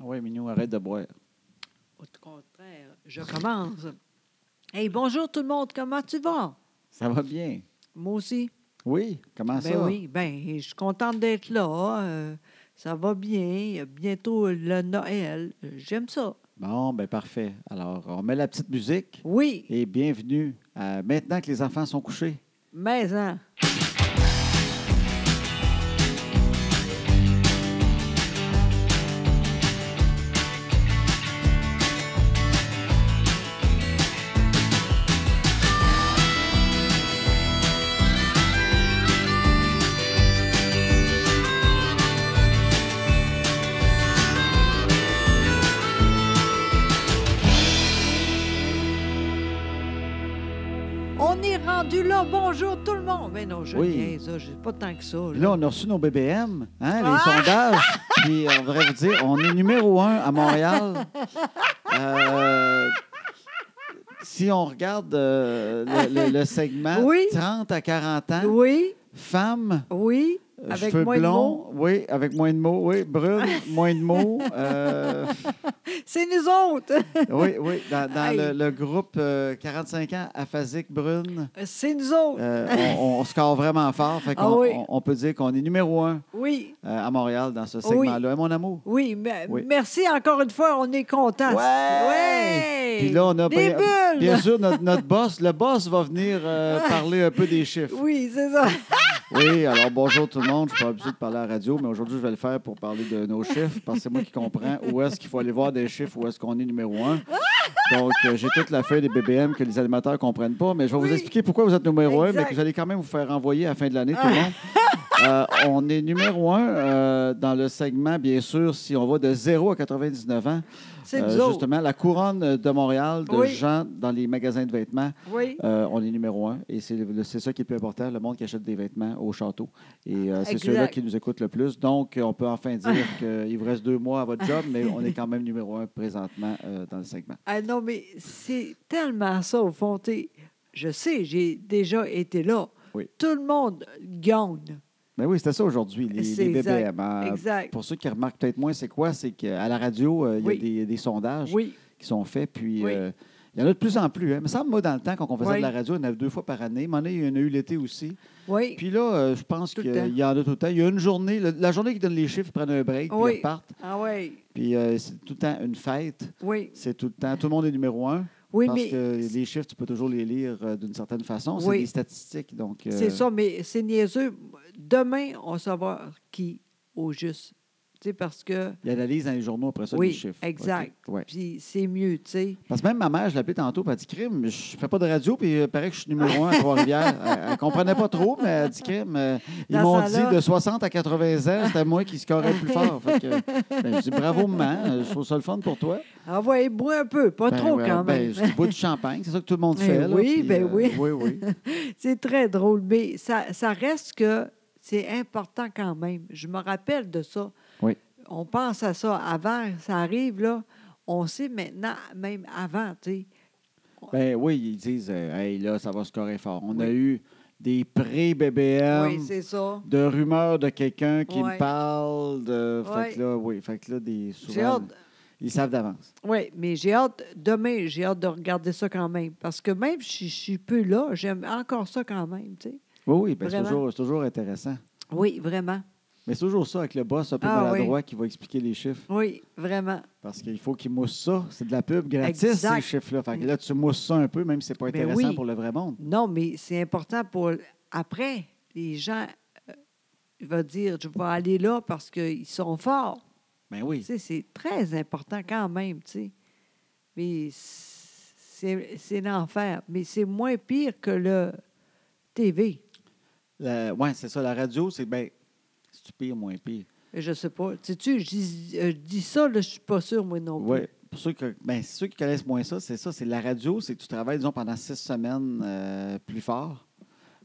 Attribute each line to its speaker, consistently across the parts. Speaker 1: Oui, Minou, arrête de boire.
Speaker 2: Au contraire, je commence. Hey, bonjour tout le monde, comment tu vas?
Speaker 1: Ça va bien?
Speaker 2: Moi aussi.
Speaker 1: Oui, comment
Speaker 2: ben
Speaker 1: ça?
Speaker 2: oui, ben, je suis contente d'être là. euh, ça va bien. Bientôt le Noël. euh, J'aime ça.
Speaker 1: Bon, ben parfait. Alors, on met la petite musique
Speaker 2: Oui,
Speaker 1: et bienvenue à Maintenant que les enfants sont couchés.
Speaker 2: mais hein. On est rendu là. Bonjour tout le monde. Mais non, je
Speaker 1: Oui.
Speaker 2: niaise, là, j'ai pas tant que ça.
Speaker 1: Puis là, on a reçu nos BBM, hein,
Speaker 2: Ah!
Speaker 1: les sondages. Puis euh, on devrait vous dire, on est numéro un à Montréal. Euh, si on regarde euh, le, le- le segment,
Speaker 2: Oui.
Speaker 1: 30 à 40 ans,
Speaker 2: hein. Oui,
Speaker 1: femmes,
Speaker 2: oui,
Speaker 1: euh,
Speaker 2: avec
Speaker 1: cheveux
Speaker 2: moins de mots.
Speaker 1: blonds, oui, avec moins de mots, oui, brunes, moins de mots. euh,
Speaker 2: C'est nous autres.
Speaker 1: oui, oui, dans, dans
Speaker 2: Hey.
Speaker 1: le, le groupe euh, 45 ans, aphasique, brune.
Speaker 2: C'est nous autres.
Speaker 1: euh, on, on score vraiment fort. Fait qu'on-
Speaker 2: Ah oui.
Speaker 1: on, on peut dire qu'on est numéro un
Speaker 2: Oui,
Speaker 1: euh, à Montréal dans ce
Speaker 2: Oui.
Speaker 1: segment-là. Hein, mon amour?
Speaker 2: oui, mais
Speaker 1: Oui.
Speaker 2: merci encore une fois. On est contents.
Speaker 1: Ouais!
Speaker 2: Ouais!
Speaker 1: Puis là, on a
Speaker 2: Des
Speaker 1: bien,
Speaker 2: bulles!
Speaker 1: bien sûr notre, notre boss. Le boss va venir euh, parler un peu des chiffres.
Speaker 2: Oui, c'est ça.
Speaker 1: Oui, alors bonjour tout le monde. Je suis pas habitué de parler à la radio, mais aujourd'hui, je vais le faire pour parler de nos chiffres parce que c'est moi qui comprends où est-ce qu'il faut aller voir des chiffres, où est-ce qu'on est numéro un. Donc, euh, j'ai toute la feuille des BBM que les animateurs ne comprennent pas, mais je vais
Speaker 2: Oui.
Speaker 1: vous expliquer pourquoi vous êtes numéro un, mais
Speaker 2: Exact. Ah.
Speaker 1: que vous allez quand même vous faire envoyer à la fin de l'année, tout le monde. Euh, on est numéro un euh, dans le segment, bien sûr, si on va de 0 à 99 ans.
Speaker 2: C'est
Speaker 1: Euh,
Speaker 2: nous autres.
Speaker 1: justement, la couronne de Montréal de
Speaker 2: Oui.
Speaker 1: gens dans les magasins de vêtements.
Speaker 2: Oui.
Speaker 1: Euh, on est numéro un et c'est le- c'est ça qui est le plus important, le monde qui achète des vêtements au château. Et euh, c'est
Speaker 2: Exact. Ah.
Speaker 1: ceux-là qui nous écoutent le plus. Donc, euh, on peut enfin dire qu'il vous reste deux mois à votre job, mais on est quand même numéro un présentement euh, dans le segment.
Speaker 2: Ah non, mais c'est tellement ça, au fond. t'sais, Je sais, j'ai déjà été là.
Speaker 1: Oui.
Speaker 2: Tout le monde gagne.
Speaker 1: Mais oui, c'était ça aujourd'hui, les,
Speaker 2: C'est
Speaker 1: les
Speaker 2: exact.
Speaker 1: BBM. hein.
Speaker 2: exact.
Speaker 1: Pour ceux qui remarquent peut-être moins, c'est quoi? C'est qu'à la radio, euh, il y a
Speaker 2: Oui.
Speaker 1: des, des sondages
Speaker 2: Oui,
Speaker 1: qui sont faits, puis
Speaker 2: Oui.
Speaker 1: euh, il y en a de plus en plus. Hein. Il me semble, moi, dans le temps, quand on faisait
Speaker 2: Oui.
Speaker 1: de la radio, il y en avait deux fois par année. À un moment donné, il y en a eu l'été aussi.
Speaker 2: oui.
Speaker 1: Puis là, euh, je pense
Speaker 2: Tout
Speaker 1: qu'il
Speaker 2: le temps.
Speaker 1: y en a tout le temps. Il y a une journée, le- la journée qui donne les chiffres, ils prennent un break, puis
Speaker 2: Oui.
Speaker 1: ils repartent.
Speaker 2: ah oui,
Speaker 1: Puis euh, c'est tout le temps une fête.
Speaker 2: oui.
Speaker 1: C'est tout le temps. Tout le monde est numéro un.
Speaker 2: Oui,
Speaker 1: parce
Speaker 2: mais
Speaker 1: que les chiffres, tu peux toujours les lire euh, d'une certaine façon. C'est
Speaker 2: Oui.
Speaker 1: des statistiques. Donc, euh,
Speaker 2: c'est ça, mais c'est niaiseux. Demain, on va savoir qui, au juste. Tu sais, parce que,
Speaker 1: Il analyse dans les journaux après ça
Speaker 2: Oui,
Speaker 1: les chiffres.
Speaker 2: exact.
Speaker 1: OK, ouais.
Speaker 2: puis c'est mieux, tu sais.
Speaker 1: Parce que même ma mère, je l'appelais tantôt, puis elle dit Crime, je fais pas de radio, puis il paraît que je suis numéro un à Trois-Rivières. elle, elle comprenait pas trop, mais elle dit Crime, euh, ils
Speaker 2: Dans
Speaker 1: m'ont
Speaker 2: ce
Speaker 1: dit
Speaker 2: temps-là-
Speaker 1: de 60 à 80 ans, c'était moi qui scorais plus fort. Fait que, ben, je dis Bravo, maman, euh, je trouve ça le fun pour toi.
Speaker 2: Envoyez-moi un peu, pas
Speaker 1: Ben,
Speaker 2: trop
Speaker 1: ouais,
Speaker 2: quand
Speaker 1: ben,
Speaker 2: même.
Speaker 1: je dis bois du champagne, c'est ça que tout le monde
Speaker 2: Ben
Speaker 1: fait. là,
Speaker 2: oui,
Speaker 1: puis, euh,
Speaker 2: ben oui.
Speaker 1: Oui, oui.
Speaker 2: C'est très drôle, mais ça, ça reste que c'est important quand même. Je me rappelle de ça.
Speaker 1: Oui.
Speaker 2: On pense à ça avant, ça arrive là. On sait maintenant, même avant, tu sais.
Speaker 1: Ben oui, ils disent euh, Hey, là, ça va scorer fort. On a
Speaker 2: Oui.
Speaker 1: eu des pré-BBM.
Speaker 2: oui, c'est ça.
Speaker 1: de rumeurs de quelqu'un qui
Speaker 2: Ouais.
Speaker 1: me parle de
Speaker 2: Ouais.
Speaker 1: fait que là oui fait que là des
Speaker 2: J'ai
Speaker 1: souvent
Speaker 2: hâte.
Speaker 1: ils savent d'avance
Speaker 2: Oui, mais j'ai hâte, demain, j'ai hâte de regarder ça quand même. Parce que même si je suis plus là, j'aime encore ça quand même, tu sais.
Speaker 1: oui oui ben, c'est
Speaker 2: Vraiment.
Speaker 1: toujours, c'est toujours intéressant
Speaker 2: Oui, vraiment.
Speaker 1: Mais c'est toujours ça avec le boss un peu
Speaker 2: Ah,
Speaker 1: maladroit qui va expliquer les chiffres.
Speaker 2: Oui, vraiment.
Speaker 1: Parce qu'il faut qu'il mousse ça. C'est de la pub gratis,
Speaker 2: Exact.
Speaker 1: ces chiffres-là. Fait que là, tu mousses ça un peu, même si c'est pas
Speaker 2: Ben
Speaker 1: intéressant
Speaker 2: oui.
Speaker 1: pour le vrai monde.
Speaker 2: Non, mais c'est important pour après. Les gens euh, vont dire je vais aller là parce qu'ils sont forts.
Speaker 1: Ben
Speaker 2: Tu
Speaker 1: oui.
Speaker 2: sais, c'est très important quand même, tu sais. Mais c'est c'est l'enfer. Mais c'est moins pire que le TV.
Speaker 1: La- ouais, c'est ça. La radio, c'est ben, c'est pire, moins pire.
Speaker 2: Je sais pas. Sais-tu, je dis- euh, je dis ça, là, je suis pas sûre, moi non plus.
Speaker 1: Ouais. Pour ceux, que, ben, ceux qui connaissent moins ça, c'est ça. C'est la radio, c'est que tu travailles, disons, pendant six semaines euh, plus fort.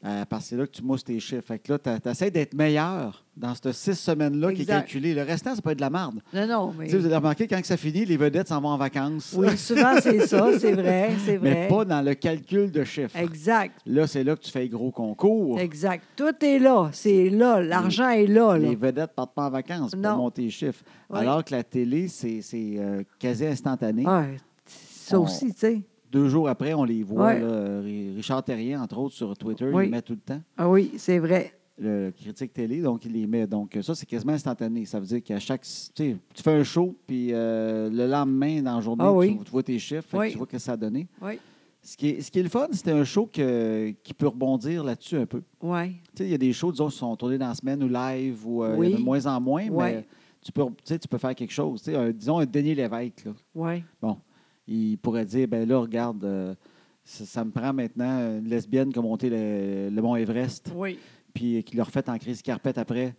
Speaker 1: euh, parce que c'est là que tu mousses tes chiffres. Fait que là, tu essaies d'être meilleur dans cette six semaines-là qui est
Speaker 2: Exact.
Speaker 1: calculée. Le restant, ça peut être de la merde.
Speaker 2: Non, non, mais.
Speaker 1: Tu sais, Vous avez remarqué, quand que ça finit, les vedettes s'en vont en vacances.
Speaker 2: Oui, souvent, c'est ça, c'est vrai, c'est
Speaker 1: mais
Speaker 2: vrai.
Speaker 1: pas dans le calcul de chiffres.
Speaker 2: Exact,
Speaker 1: Là, c'est là que tu fais les gros concours.
Speaker 2: exact. Tout est là, c'est là, l'argent est là. là.
Speaker 1: Les vedettes ne partent pas en vacances pour
Speaker 2: Non.
Speaker 1: monter les chiffres.
Speaker 2: Oui.
Speaker 1: Alors que la télé, c'est c'est, euh, quasi instantané.
Speaker 2: Ah, ça
Speaker 1: On-
Speaker 2: aussi, tu sais.
Speaker 1: Deux jours après, on les voit.
Speaker 2: Ouais.
Speaker 1: là. Ri- Richard Terrien, entre autres, sur Twitter, il
Speaker 2: Oui.
Speaker 1: les met tout le temps.
Speaker 2: Ah oui, c'est vrai.
Speaker 1: Le critique télé, donc il les met. Donc ça, c'est quasiment instantané. Ça veut dire qu'à chaque. Tu sais, tu fais un show, puis euh, le lendemain, dans la journée,
Speaker 2: Ah
Speaker 1: tu-
Speaker 2: oui.
Speaker 1: tu, vois tes chiffres, fait que
Speaker 2: Oui.
Speaker 1: tu vois ce que ça a donné.
Speaker 2: Oui.
Speaker 1: Ce qui est, ce qui est le fun, c'est un show que- qui peut rebondir là-dessus un peu.
Speaker 2: Oui.
Speaker 1: Tu sais, il y a des shows, disons, qui sont tournés dans la semaine ou live, ou euh, il y en a
Speaker 2: Oui.
Speaker 1: de moins en moins, mais
Speaker 2: Ouais.
Speaker 1: tu peux, tu sais, tu peux faire quelque chose. Tu sais, un- disons, un Denis Lévesque, là.
Speaker 2: Oui.
Speaker 1: il pourrait dire, ben là, regarde, euh, ça, ça me prend maintenant une lesbienne qui a monté le, le mont Everest,
Speaker 2: Oui.
Speaker 1: puis qui l'a refait en crise carpette après.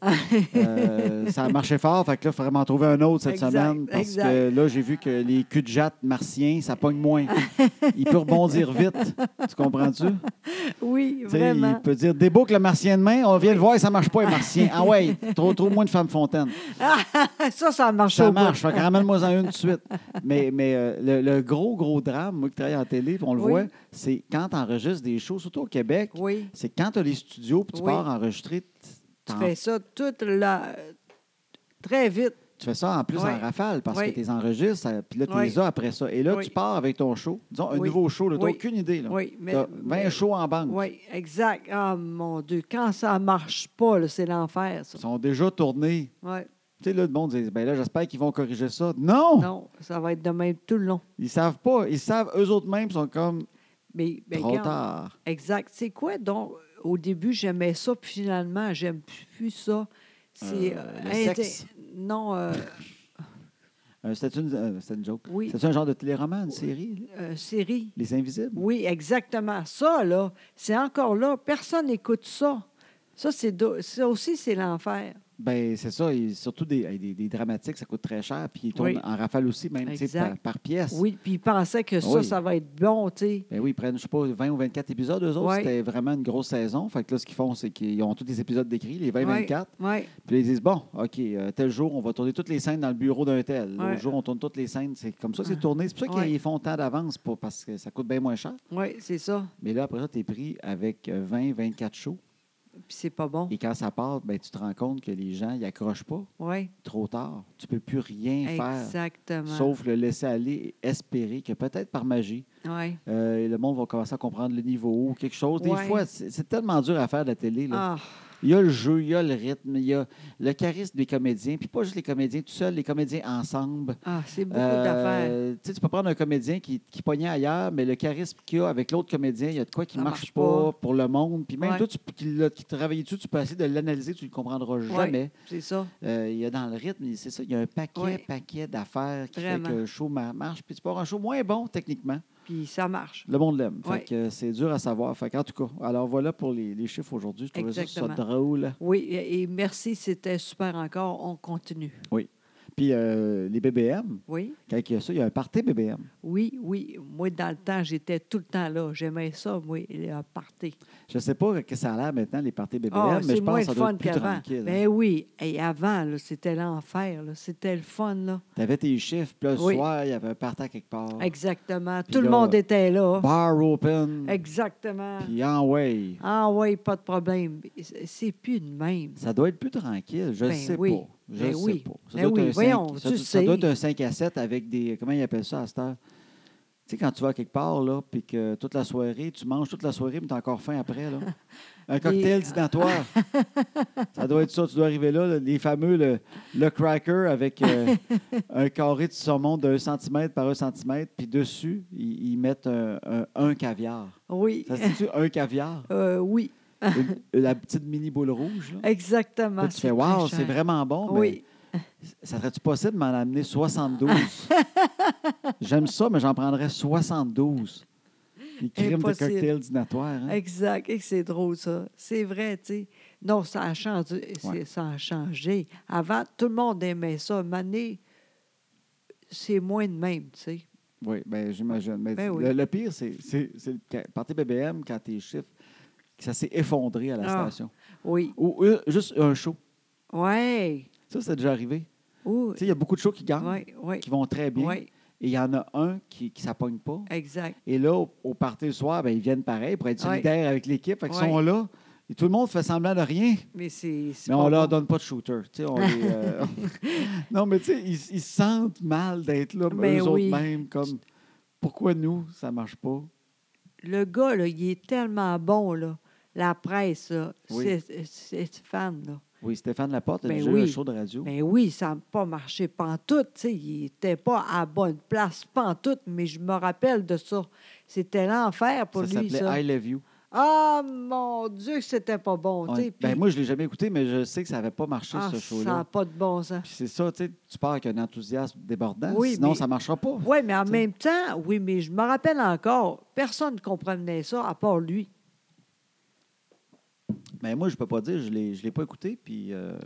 Speaker 1: Euh, ça a marché fort, fait que là, il faudrait m'en trouver un autre cette
Speaker 2: Exact,
Speaker 1: semaine, parce
Speaker 2: exact.
Speaker 1: que là, j'ai vu que les culs de jatte martiens, ça pogne moins. il peut rebondir vite, tu comprends-tu?
Speaker 2: Oui,
Speaker 1: Tu sais, il
Speaker 2: vraiment.
Speaker 1: peut dire déboucle le martien demain, on vient le voir et ça marche pas, les martiens. Ah ouais, trop, trop moins de femmes fontaine.
Speaker 2: Ah, Ça, ça marche
Speaker 1: Ça
Speaker 2: au bout.
Speaker 1: marche, fait que ramène-moi en une de suite. Mais, mais euh, le, le gros, gros drame, moi qui travaille en télé, puis on le
Speaker 2: Oui.
Speaker 1: voit, c'est quand tu enregistres des shows, surtout au Québec,
Speaker 2: Oui.
Speaker 1: c'est quand tu as les studios puis tu
Speaker 2: Oui.
Speaker 1: pars enregistrer, t-
Speaker 2: Tu
Speaker 1: t'en-
Speaker 2: fais ça toute la... très vite.
Speaker 1: tu fais ça en plus
Speaker 2: Oui.
Speaker 1: en rafale parce
Speaker 2: Oui.
Speaker 1: que tu les enregistres, euh, puis là, tu
Speaker 2: Oui.
Speaker 1: les as après ça. Et là,
Speaker 2: Oui.
Speaker 1: tu pars avec ton show, disons un
Speaker 2: Oui.
Speaker 1: nouveau show, tu n'as
Speaker 2: Oui.
Speaker 1: aucune idée. Là.
Speaker 2: Oui, mais.
Speaker 1: T'as 20
Speaker 2: mais-
Speaker 1: shows en banque.
Speaker 2: Oui, exact. Ah, mon Dieu, quand ça marche pas, là, c'est l'enfer, ça.
Speaker 1: Ils sont déjà tournés.
Speaker 2: Oui.
Speaker 1: Tu sais, là, le monde dit, ben là, j'espère qu'ils vont corriger ça. Non!
Speaker 2: Non, ça va être de même tout le long.
Speaker 1: Ils savent pas. Ils savent eux autres mêmes sont comme
Speaker 2: Mais, mais
Speaker 1: trop
Speaker 2: Ben, regarde,
Speaker 1: tard.
Speaker 2: Exact. C'est quoi donc? Au début, j'aimais ça, puis finalement, j'aime plus ça. C'est
Speaker 1: Euh,
Speaker 2: euh,
Speaker 1: le
Speaker 2: inté-
Speaker 1: sexe.
Speaker 2: Non, euh,
Speaker 1: Euh, c'est une, euh, c'était une joke.
Speaker 2: Oui.
Speaker 1: C'est un genre de téléroman, une série, là?
Speaker 2: euh, série.
Speaker 1: Les Invisibles.
Speaker 2: Oui, exactement. Ça, là, c'est encore là. Personne n'écoute ça. Ça, c'est do- ça aussi, c'est l'enfer.
Speaker 1: Ben c'est ça. Et surtout des, hey, des, des dramatiques, ça coûte très cher, puis ils tournent
Speaker 2: Oui.
Speaker 1: en rafale aussi, même tu sais,
Speaker 2: Exact.
Speaker 1: par, par pièce.
Speaker 2: Oui, puis ils pensaient que ça,
Speaker 1: Oui.
Speaker 2: ça va être bon, tu sais.
Speaker 1: Ben oui, ils prennent, je sais pas, 20 ou 24 épisodes, eux autres.
Speaker 2: Oui.
Speaker 1: C'était vraiment une grosse saison. Fait que là, ce qu'ils font, c'est qu'ils ont tous les épisodes décrits, les 20-24.
Speaker 2: Oui,
Speaker 1: Puis là, ils disent, bon, OK, euh, tel jour, on va tourner toutes les scènes dans le bureau d'un tel. L'autre
Speaker 2: Ouais. Ah.
Speaker 1: jour, on tourne toutes les scènes. C'est comme ça que c'est tourné. C'est pour ça qu'ils
Speaker 2: Ouais.
Speaker 1: font tant d'avance, pour- parce que ça coûte bien moins cher.
Speaker 2: oui, c'est ça.
Speaker 1: Mais là, après ça, tu es pris avec euh, 20, 24 shows.
Speaker 2: Puis c'est pas bon.
Speaker 1: Et quand ça part, ben, tu te rends compte que les gens n'y accrochent pas
Speaker 2: Oui,
Speaker 1: trop tard. Tu peux plus rien faire.
Speaker 2: exactement.
Speaker 1: Sauf le laisser aller et espérer que peut-être par magie,
Speaker 2: Ouais.
Speaker 1: euh, le monde va commencer à comprendre le niveau ou quelque chose. Des
Speaker 2: Ouais.
Speaker 1: fois, c'est c'est tellement dur à faire de la télé. là.
Speaker 2: Ah,
Speaker 1: Il y a le jeu, il y a le rythme, il y a le charisme des comédiens, puis pas juste les comédiens tout seuls, les comédiens ensemble.
Speaker 2: ah, c'est beaucoup
Speaker 1: Euh,
Speaker 2: d'affaires.
Speaker 1: tu sais, tu peux prendre un comédien qui, qui pognait ailleurs, mais le charisme qu'il a avec l'autre comédien, il y a de quoi qui
Speaker 2: Ça
Speaker 1: ne marche,
Speaker 2: marche
Speaker 1: pas
Speaker 2: pas.
Speaker 1: pour le monde. Puis même
Speaker 2: Ouais.
Speaker 1: toi, tu, qui, l'as- qui travaillais dessus, tu peux essayer de l'analyser, tu ne le comprendras jamais.
Speaker 2: C'est ça.
Speaker 1: Euh, il y a dans le rythme, c'est ça, il y a un paquet,
Speaker 2: Ouais.
Speaker 1: paquet d'affaires qui
Speaker 2: Vraiment.
Speaker 1: fait que le show ma- marche. Puis tu peux avoir un show moins bon techniquement.
Speaker 2: Puis ça marche.
Speaker 1: Le monde l'aime. Fait
Speaker 2: Ouais.
Speaker 1: que, euh, c'est dur à savoir. Fait que, en tout cas, alors voilà pour les, les chiffres aujourd'hui. Je trouvais ça, ça
Speaker 2: Exactement.
Speaker 1: drôle.
Speaker 2: Oui, et et merci, c'était super encore. On continue.
Speaker 1: Puis euh, les BBM,
Speaker 2: Oui,
Speaker 1: quand il y a ça, il y a un party BBM.
Speaker 2: oui, oui. Moi, dans le temps, j'étais tout le temps là. J'aimais ça, moi, le party.
Speaker 1: Je ne sais pas que ça a l'air maintenant, les parties BBM,
Speaker 2: Ah,
Speaker 1: mais
Speaker 2: c'est
Speaker 1: je pense
Speaker 2: moins
Speaker 1: que ça
Speaker 2: le
Speaker 1: doit
Speaker 2: fun
Speaker 1: être plus
Speaker 2: qu'avant.
Speaker 1: tranquille. hein.
Speaker 2: Ben oui. Et avant, là, c'était l'enfer. là. C'était le fun, là.
Speaker 1: Tu avais tes chiffres, puis là, le
Speaker 2: Oui.
Speaker 1: soir, il y avait un party à quelque part.
Speaker 2: Exactement.
Speaker 1: Ah. Puis
Speaker 2: tout le
Speaker 1: là,
Speaker 2: monde était là.
Speaker 1: Bar open,
Speaker 2: Exactement.
Speaker 1: puis en way.
Speaker 2: Ah oui, pas de problème. C'est- C'est plus de même.
Speaker 1: Ça doit être plus tranquille, je ne
Speaker 2: Ben
Speaker 1: sais
Speaker 2: oui.
Speaker 1: pas. Je
Speaker 2: Ben
Speaker 1: sais
Speaker 2: oui.
Speaker 1: pas. Ça
Speaker 2: Ben
Speaker 1: doit être
Speaker 2: oui,
Speaker 1: un
Speaker 2: voyons,
Speaker 1: cinq- ça,
Speaker 2: tu
Speaker 1: doit- ça doit
Speaker 2: sais.
Speaker 1: être un 5 à 7 avec des. Comment ils appellent ça à cette heure? Tu sais, quand tu vas quelque part, là, puis que toute la soirée, tu manges toute la soirée, mais tu as encore faim après, là. Un cocktail dînatoire. ça doit être ça. Tu dois arriver là, là, les fameux, le, le cracker avec euh, un carré de saumon de 1 cm par 1 cm, puis dessus, ils, ils mettent un, un- un caviar.
Speaker 2: Oui.
Speaker 1: Ça se dit-tu un caviar?
Speaker 2: Euh, oui,
Speaker 1: Une- la petite mini boule rouge, là?
Speaker 2: exactement.
Speaker 1: Là, tu
Speaker 2: Ah, c'est
Speaker 1: fais Wow,
Speaker 2: très
Speaker 1: c'est
Speaker 2: cher.
Speaker 1: vraiment bon. mais
Speaker 2: Oui.
Speaker 1: Ça serait-tu possible de m'en amener 72? J'aime ça, mais j'en prendrais 72. Les crimes de
Speaker 2: Impossible.
Speaker 1: cocktail dînatoire. hein?
Speaker 2: Exact. Et que c'est drôle, ça. C'est vrai, tu sais. Non, ça a changé. c'est-
Speaker 1: Ouais.
Speaker 2: Ça a changé. Avant, tout le monde aimait ça. Mané, c'est moins de même, tu sais.
Speaker 1: Oui, bien, j'imagine. Mais
Speaker 2: Ben
Speaker 1: le,
Speaker 2: oui.
Speaker 1: le pire, c'est c'est- c'est le ca- party BBM quand tes chiffres qui ça s'est effondré à la
Speaker 2: Ah.
Speaker 1: station.
Speaker 2: Oui.
Speaker 1: Ou euh, juste un show.
Speaker 2: Oui.
Speaker 1: Ça, c'est déjà arrivé.
Speaker 2: Oui.
Speaker 1: Tu sais, il y a beaucoup de shows qui gagnent,
Speaker 2: Oui. Oui.
Speaker 1: qui vont très bien.
Speaker 2: Oui.
Speaker 1: Et il y en a un qui ne s'appogne pas.
Speaker 2: Exact.
Speaker 1: Et là, au, au party le soir, ben, ils viennent pareil pour être
Speaker 2: Ouais.
Speaker 1: solidaires avec l'équipe. Fait qu'ils
Speaker 2: Ouais.
Speaker 1: sont là. Et tout le monde fait semblant de rien.
Speaker 2: Mais c'est. c'est
Speaker 1: Mais on
Speaker 2: pas
Speaker 1: leur
Speaker 2: bon.
Speaker 1: donne pas de shooter. Tu sais, on les, euh, non, mais tu sais, ils, ils se sentent mal d'être là,
Speaker 2: Ben
Speaker 1: eux
Speaker 2: oui.
Speaker 1: autres même. Comme, pourquoi nous, ça marche pas?
Speaker 2: Le gars, là, il est tellement bon, là. La presse, là.
Speaker 1: Oui.
Speaker 2: C'est, c'est fan, là.
Speaker 1: Oui, Stéphane Laporte a
Speaker 2: Ben
Speaker 1: déjà eu
Speaker 2: oui.
Speaker 1: un show de radio.
Speaker 2: Mais oui, ça n'a pas marché pantoute. tu sais, Il n'était pas à bonne place pantoute, mais je me rappelle de ça. C'était l'enfer pour
Speaker 1: ça
Speaker 2: lui,
Speaker 1: s'appelait
Speaker 2: ça.
Speaker 1: I Love You.
Speaker 2: Ah, mon Dieu, que c'était pas bon. Oh, tu
Speaker 1: Ouais.
Speaker 2: sais,
Speaker 1: Ben,
Speaker 2: puis-
Speaker 1: moi, je ne l'ai jamais écouté, mais je sais que ça n'avait pas marché,
Speaker 2: Ah,
Speaker 1: ce
Speaker 2: ça
Speaker 1: show-là.
Speaker 2: n'a pas de bon sens.
Speaker 1: Puis c'est ça, tu sais, tu pars avec un enthousiasme débordant,
Speaker 2: Oui,
Speaker 1: sinon
Speaker 2: mais-
Speaker 1: ça ne marchera pas.
Speaker 2: Oui, mais en
Speaker 1: T'sais.
Speaker 2: même temps, oui, mais je me rappelle encore, personne ne comprenait ça à part lui.
Speaker 1: Mais Ben moi, je peux pas dire, je ne l'ai pas écouté. Puis, euh,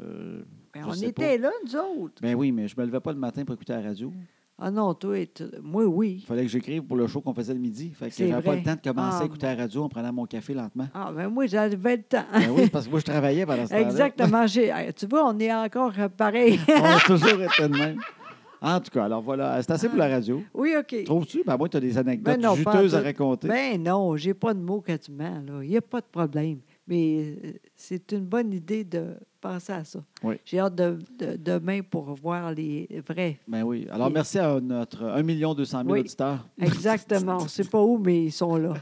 Speaker 2: Mais
Speaker 1: Je
Speaker 2: Ben, on
Speaker 1: sais
Speaker 2: était là, nous autres.
Speaker 1: ben oui, mais je me levais pas le matin pour écouter la radio.
Speaker 2: Ah non, toi, tu- moi,
Speaker 1: Il
Speaker 2: oui.
Speaker 1: fallait que j'écrive pour le show qu'on faisait le midi. Fait que
Speaker 2: C'est
Speaker 1: j'avais pas
Speaker 2: vrai.
Speaker 1: le temps de commencer
Speaker 2: Ah,
Speaker 1: à écouter la radio en prenant mon café lentement.
Speaker 2: Ah, ben moi, j'avais le temps.
Speaker 1: Ben oui, parce que moi, je travaillais pendant ce temps-là.
Speaker 2: Exactement. j'ai- hey, Tu vois, on est encore euh, pareil.
Speaker 1: On a toujours été de même. En tout cas, alors voilà, c'est assez pour la radio.
Speaker 2: oui, OK.
Speaker 1: Trouves-tu? Ben moi, tu as des anecdotes
Speaker 2: Ben non, pas en
Speaker 1: juteuses à
Speaker 2: tout.
Speaker 1: raconter.
Speaker 2: Ben non, j'ai pas de mots quand tu mens, là. Il n'y a pas de problème. Mais euh, c'est une bonne idée de penser à ça.
Speaker 1: Oui.
Speaker 2: J'ai hâte de, de- demain pour voir les vrais.
Speaker 1: Ben oui. Alors,
Speaker 2: Et-
Speaker 1: merci à notre 1 200 000
Speaker 2: Oui.
Speaker 1: auditeurs.
Speaker 2: Exactement. On ne sait pas où, mais ils sont là.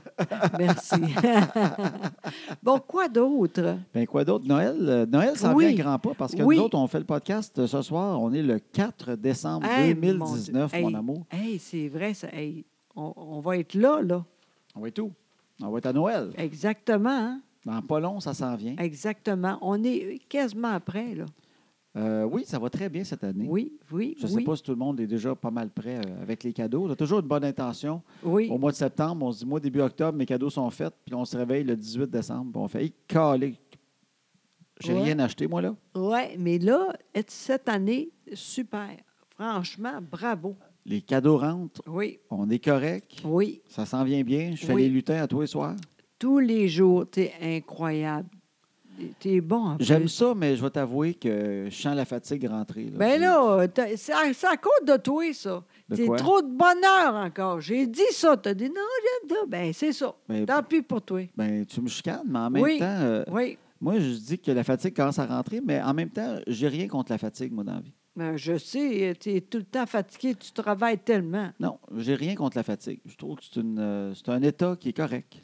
Speaker 2: Merci. bon, quoi d'autre?
Speaker 1: Ben quoi d'autre? Noël, euh, Noël s'en
Speaker 2: Oui.
Speaker 1: vient à grands pas parce que
Speaker 2: Oui.
Speaker 1: nous autres, on fait le podcast euh, ce soir. On est le 4 décembre
Speaker 2: Hey, mon
Speaker 1: 2019,
Speaker 2: Dieu.
Speaker 1: mon
Speaker 2: Hey.
Speaker 1: amour.
Speaker 2: Hey, c'est vrai, ça. Hey, on, on va être là, là.
Speaker 1: On va être où? On va être à Noël.
Speaker 2: Exactement. hein?
Speaker 1: Dans pas long, ça s'en vient.
Speaker 2: Exactement. On est quasiment après, là.
Speaker 1: Euh, oui, ça va très bien cette année.
Speaker 2: Oui, oui,
Speaker 1: Je ne sais
Speaker 2: oui.
Speaker 1: pas si tout le monde est déjà pas mal prêt euh, avec les cadeaux. On a toujours une bonne intention.
Speaker 2: Oui.
Speaker 1: Au mois de septembre, on se dit, moi, début octobre, mes cadeaux sont faits. Puis on se réveille le 18 décembre. puis on fait, hey, calé. J'ai
Speaker 2: Ouais.
Speaker 1: rien acheté, moi, là.
Speaker 2: Oui, mais là, être- cette année, super. Franchement, bravo.
Speaker 1: Les cadeaux rentrent.
Speaker 2: Oui,
Speaker 1: On est correct.
Speaker 2: oui.
Speaker 1: Ça s'en vient bien. Je fais
Speaker 2: Oui.
Speaker 1: les lutins à tous les soirs.
Speaker 2: Tous les jours, t'es incroyable. T'es bon. en
Speaker 1: J'aime
Speaker 2: plus.
Speaker 1: ça, mais je vais t'avouer que je sens la fatigue rentrer. Là.
Speaker 2: Ben là, t'as- c'est à, c'est à cause de toi, ça.
Speaker 1: De
Speaker 2: T'es
Speaker 1: quoi?
Speaker 2: trop de bonheur encore. J'ai dit ça. T'as dit non, j'aime ça. Ben, c'est ça.
Speaker 1: Ben,
Speaker 2: Tant pis pour toi.
Speaker 1: ben, tu me chicanes, mais en même
Speaker 2: Oui.
Speaker 1: temps, euh,
Speaker 2: Oui.
Speaker 1: moi, je dis que la fatigue commence à rentrer, mais en même temps, j'ai rien contre la fatigue, moi, dans la vie.
Speaker 2: Ben, je sais, t'es tout le temps fatigué, tu travailles tellement.
Speaker 1: Non, j'ai rien contre la fatigue. Je trouve que c'est une, euh, c'est un état qui est correct.